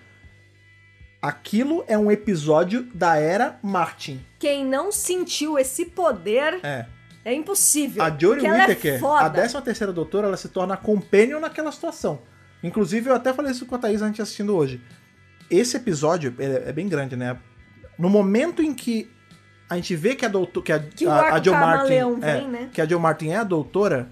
aquilo é um episódio da era Martin.
Quem não sentiu esse poder
É.
é impossível.
A Jory
Porque ela é
Whittaker,
foda.
a 13 terceira doutora, ela se torna a companion naquela situação. Inclusive, eu até falei isso com a Thaís antes assistindo hoje. Esse episódio ele é é bem grande, né? No momento em que a gente vê que a doutor, que a,
Que o
a, a
arco
Jo Martin,
camaleão
é,
vem, né?
que a Jo Martin é a doutora,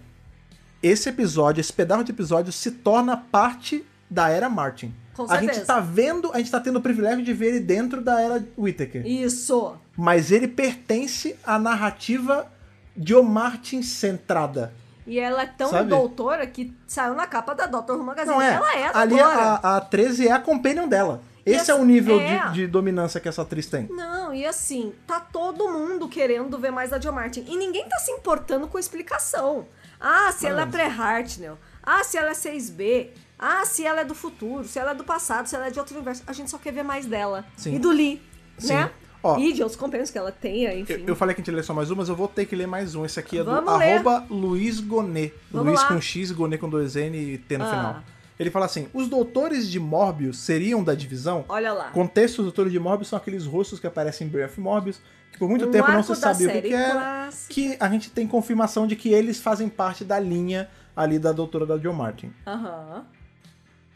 esse episódio, esse pedaço de episódio se torna parte da era Martin.
Com
a gente
certeza.
tá vendo, a gente tá tendo o privilégio de ver ele dentro da era Whittaker
Isso.
mas ele pertence à narrativa de O Martin centrada.
E ela é tão
Sabe?
doutora que saiu na capa da Doctor Who Magazine.
Não é?
Ela é a
Ali
doutora.
a, a 13 é a companion dela.
E
Esse é
assim,
o nível
é.
de, de dominância que essa atriz tem.
Não, e assim, tá todo mundo querendo ver mais da Jo Martin. E ninguém tá se importando com a explicação. Ah, se ela é
Mas-
pré-Hartnell. Ah, se ela é 6B. Ah, se ela é do futuro, se ela é do passado, se ela é de outro universo. A gente só quer ver mais dela.
Sim.
E do Lee,
Sim.
né?
Ó.
e de outros companheiros que ela tenha,
Eu,
enfim.
eu falei que a gente ia ler só mais um, mas eu vou ter que ler mais um. Esse aqui é do
Vamos ler.
arroba Luiz Gonê.
Vamos
Luiz
lá.
com X, Gonê com dois N e T no
Ah.
final. Ele fala assim: os doutores de Morbius seriam da divisão?
Olha lá.
Contexto dos doutores de Morbius são aqueles rostos que aparecem em Breath of Morbius, que por muito
Um
tempo não
arco
se
da
sabia o que,
série
que era.
clássica.
Que a gente tem confirmação de que eles fazem parte da linha ali da doutora da John Martin.
Aham.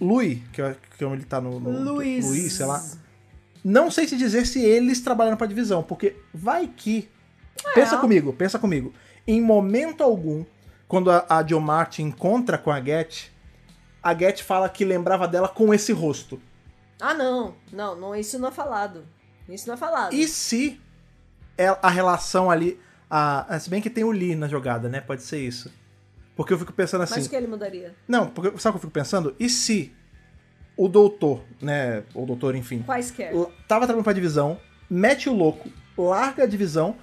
Louis, que, eu- que ele tá no, no
Luiz.
Luiz, sei lá. Não sei se dizer se eles trabalharam pra divisão, porque vai que.
Ah, é?
Pensa comigo, pensa comigo. Em momento algum, quando a, a John Martin encontra com a Get, a Get fala que lembrava dela com esse rosto.
Ah, não. Não, não, isso não é falado. Isso não é falado.
E se ela- a relação ali. A, a- se bem que tem o Lee na jogada, né? Pode ser isso. Porque eu fico pensando assim.
Mas o que ele mudaria?
Não, porque sabe o que eu fico pensando? E se o doutor, né? O doutor, enfim.
Quaisquer.
l- Tava trabalhando pra divisão, mete o louco, larga a divisão,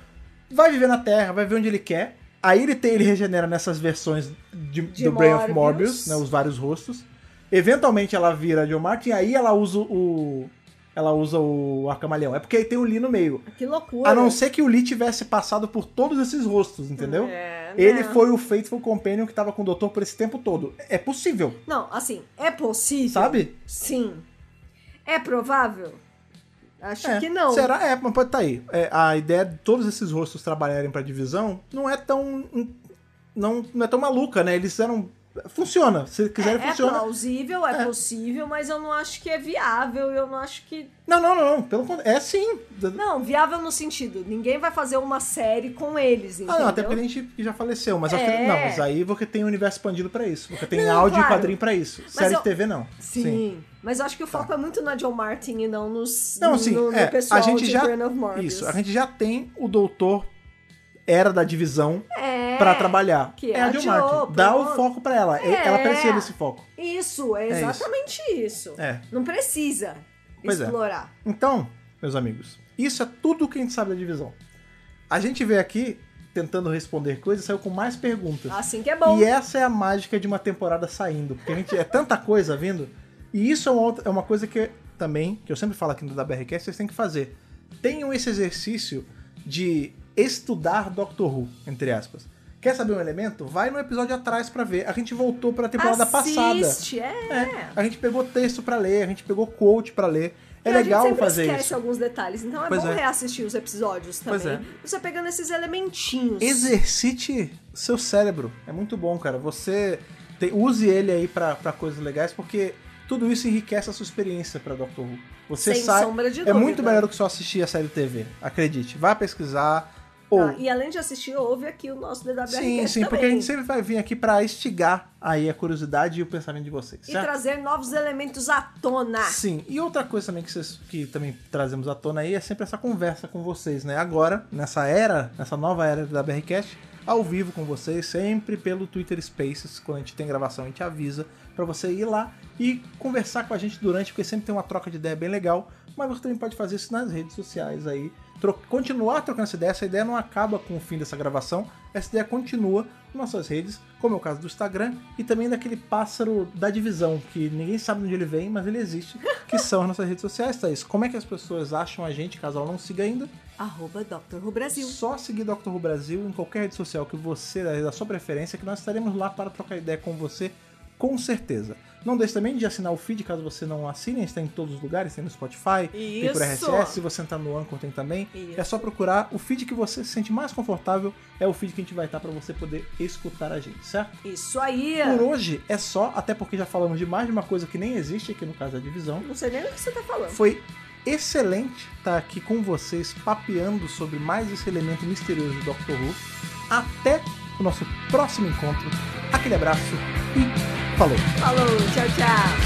vai viver na Terra, vai ver onde ele quer. Aí ele tem, ele regenera nessas versões de-
De
do Brain of
Morbius.
Morbius, né? Os vários rostos. Eventualmente ela vira a John Martin, aí ela usa o. Ela usa o Arcamaleão. É porque aí tem o Lee no meio.
Que loucura.
A não ser que o Lee tivesse passado por todos esses rostos, entendeu?
É,
Ele
né?
foi o Faithful Companion que tava com o doutor por esse tempo todo. É possível,
Não, assim, é possível?
sabe?
Sim. É provável? Acho
É.
que não.
Será? É, mas pode tá aí. É, a ideia de todos esses rostos trabalharem pra divisão não é tão. Não, não é tão maluca, né? Eles eram. Funciona. Se
É,
quiserem,
é
funciona.
plausível, é,
É.
possível, mas eu não acho que é viável. Eu não acho que.
Não, não, não, não. Pelo contrário. É sim.
Não, viável no sentido. Ninguém vai fazer uma série com eles, entendeu?
Ah, não, até porque tem gente que já faleceu, mas acho que.
É.
Não, mas aí você tem o universo expandido pra isso. Porque tem
Não,
áudio
claro.
e quadrinho pra isso. Série
eu-
de TV, não.
Sim. Mas eu acho que o foco é muito na John Martin e não nos.
Tá. Não, assim,
no, no
é,
pessoal
a gente
de
já.
Brand of Morbius.
Isso, a gente já tem o doutor era da divisão
É.
pra trabalhar.
que
é
é
a
a
Jill
Jo,
Martin. Dá o
pronto.
foco pra ela. E-
É.
Ela precisa desse foco.
Isso, é
isso.
exatamente isso.
É.
Não precisa
Pois é.
explorar.
Então, meus amigos, isso é tudo o que a gente sabe da divisão. A gente veio aqui tentando responder coisas, saiu com mais perguntas.
Assim que é bom.
E essa é a mágica de uma temporada saindo, porque a gente é tanta coisa vindo. E isso é uma, outra- é uma coisa que também, que eu sempre falo aqui no da BRCast, vocês têm que fazer. Tenham esse exercício de estudar Doctor Who, entre aspas. Quer saber um elemento? Vai no episódio atrás pra ver. A gente voltou pra temporada passada.
Assiste, é.
É, a gente pegou texto pra ler, a gente pegou quote pra ler. É
E a
legal
gente sempre
fazer
esquece
isso.
alguns detalhes, então é
Pois
bom
é.
reassistir os episódios também.
Pois é.
Você pegando esses elementinhos.
Exercite seu cérebro. É muito bom, cara. Você te- use ele aí pra pra coisas legais, porque tudo isso enriquece a sua experiência pra Doctor Who. Você
Sem
sai.
sombra de
É muito
dúvida.
melhor do que só assistir a série de TV. Acredite. Vá pesquisar. Ou-
Tá? E além de assistir, ouve aqui o nosso DWR
Oh. Sim, sim, porque a gente sempre vai vir aqui pra instigar aí a curiosidade e o pensamento de vocês,
E
certo?
trazer novos elementos à tona.
Sim, e outra coisa também que, vocês, que também trazemos à tona aí é sempre essa conversa com vocês, né? Agora, nessa era, nessa nova era da BRCast, ao vivo com vocês, sempre pelo Twitter Spaces, quando a gente tem gravação a gente avisa pra você ir lá e conversar com a gente durante, porque sempre tem uma troca de ideia bem legal, mas você também pode fazer isso nas redes sociais aí, tro- continuar trocando essa ideia, essa ideia não acaba com o fim dessa gravação, essa ideia continua nas nossas redes, como é o caso do Instagram, e também daquele pássaro da divisão, que ninguém sabe de onde ele vem, mas ele existe, que são as nossas redes sociais, Thaís. Como é que as pessoas acham a gente, caso ela não siga ainda?
Arroba Dr. Who Brasil.
Só seguir Dr. Who Brasil em qualquer rede social que você, da sua preferência, que nós estaremos lá para trocar ideia com você, com certeza. Não deixe também de assinar o feed, caso você não assine, a gente está em todos os lugares, tem no Spotify, tem por
Isso.
RSS, se você entrar no Anchor tem também.
Isso.
É só procurar o feed que você se sente mais confortável, é o feed que a gente vai estar para você poder escutar a gente, certo?
Isso aí.
Por hoje é só, até porque já falamos de mais de uma coisa que nem existe aqui no caso da divisão.
Não sei nem o que você tá falando.
Foi excelente estar aqui com vocês, papeando sobre mais esse elemento misterioso do Doctor Who. Até o nosso próximo encontro. Aquele abraço e falou!
Falou, tchau, tchau.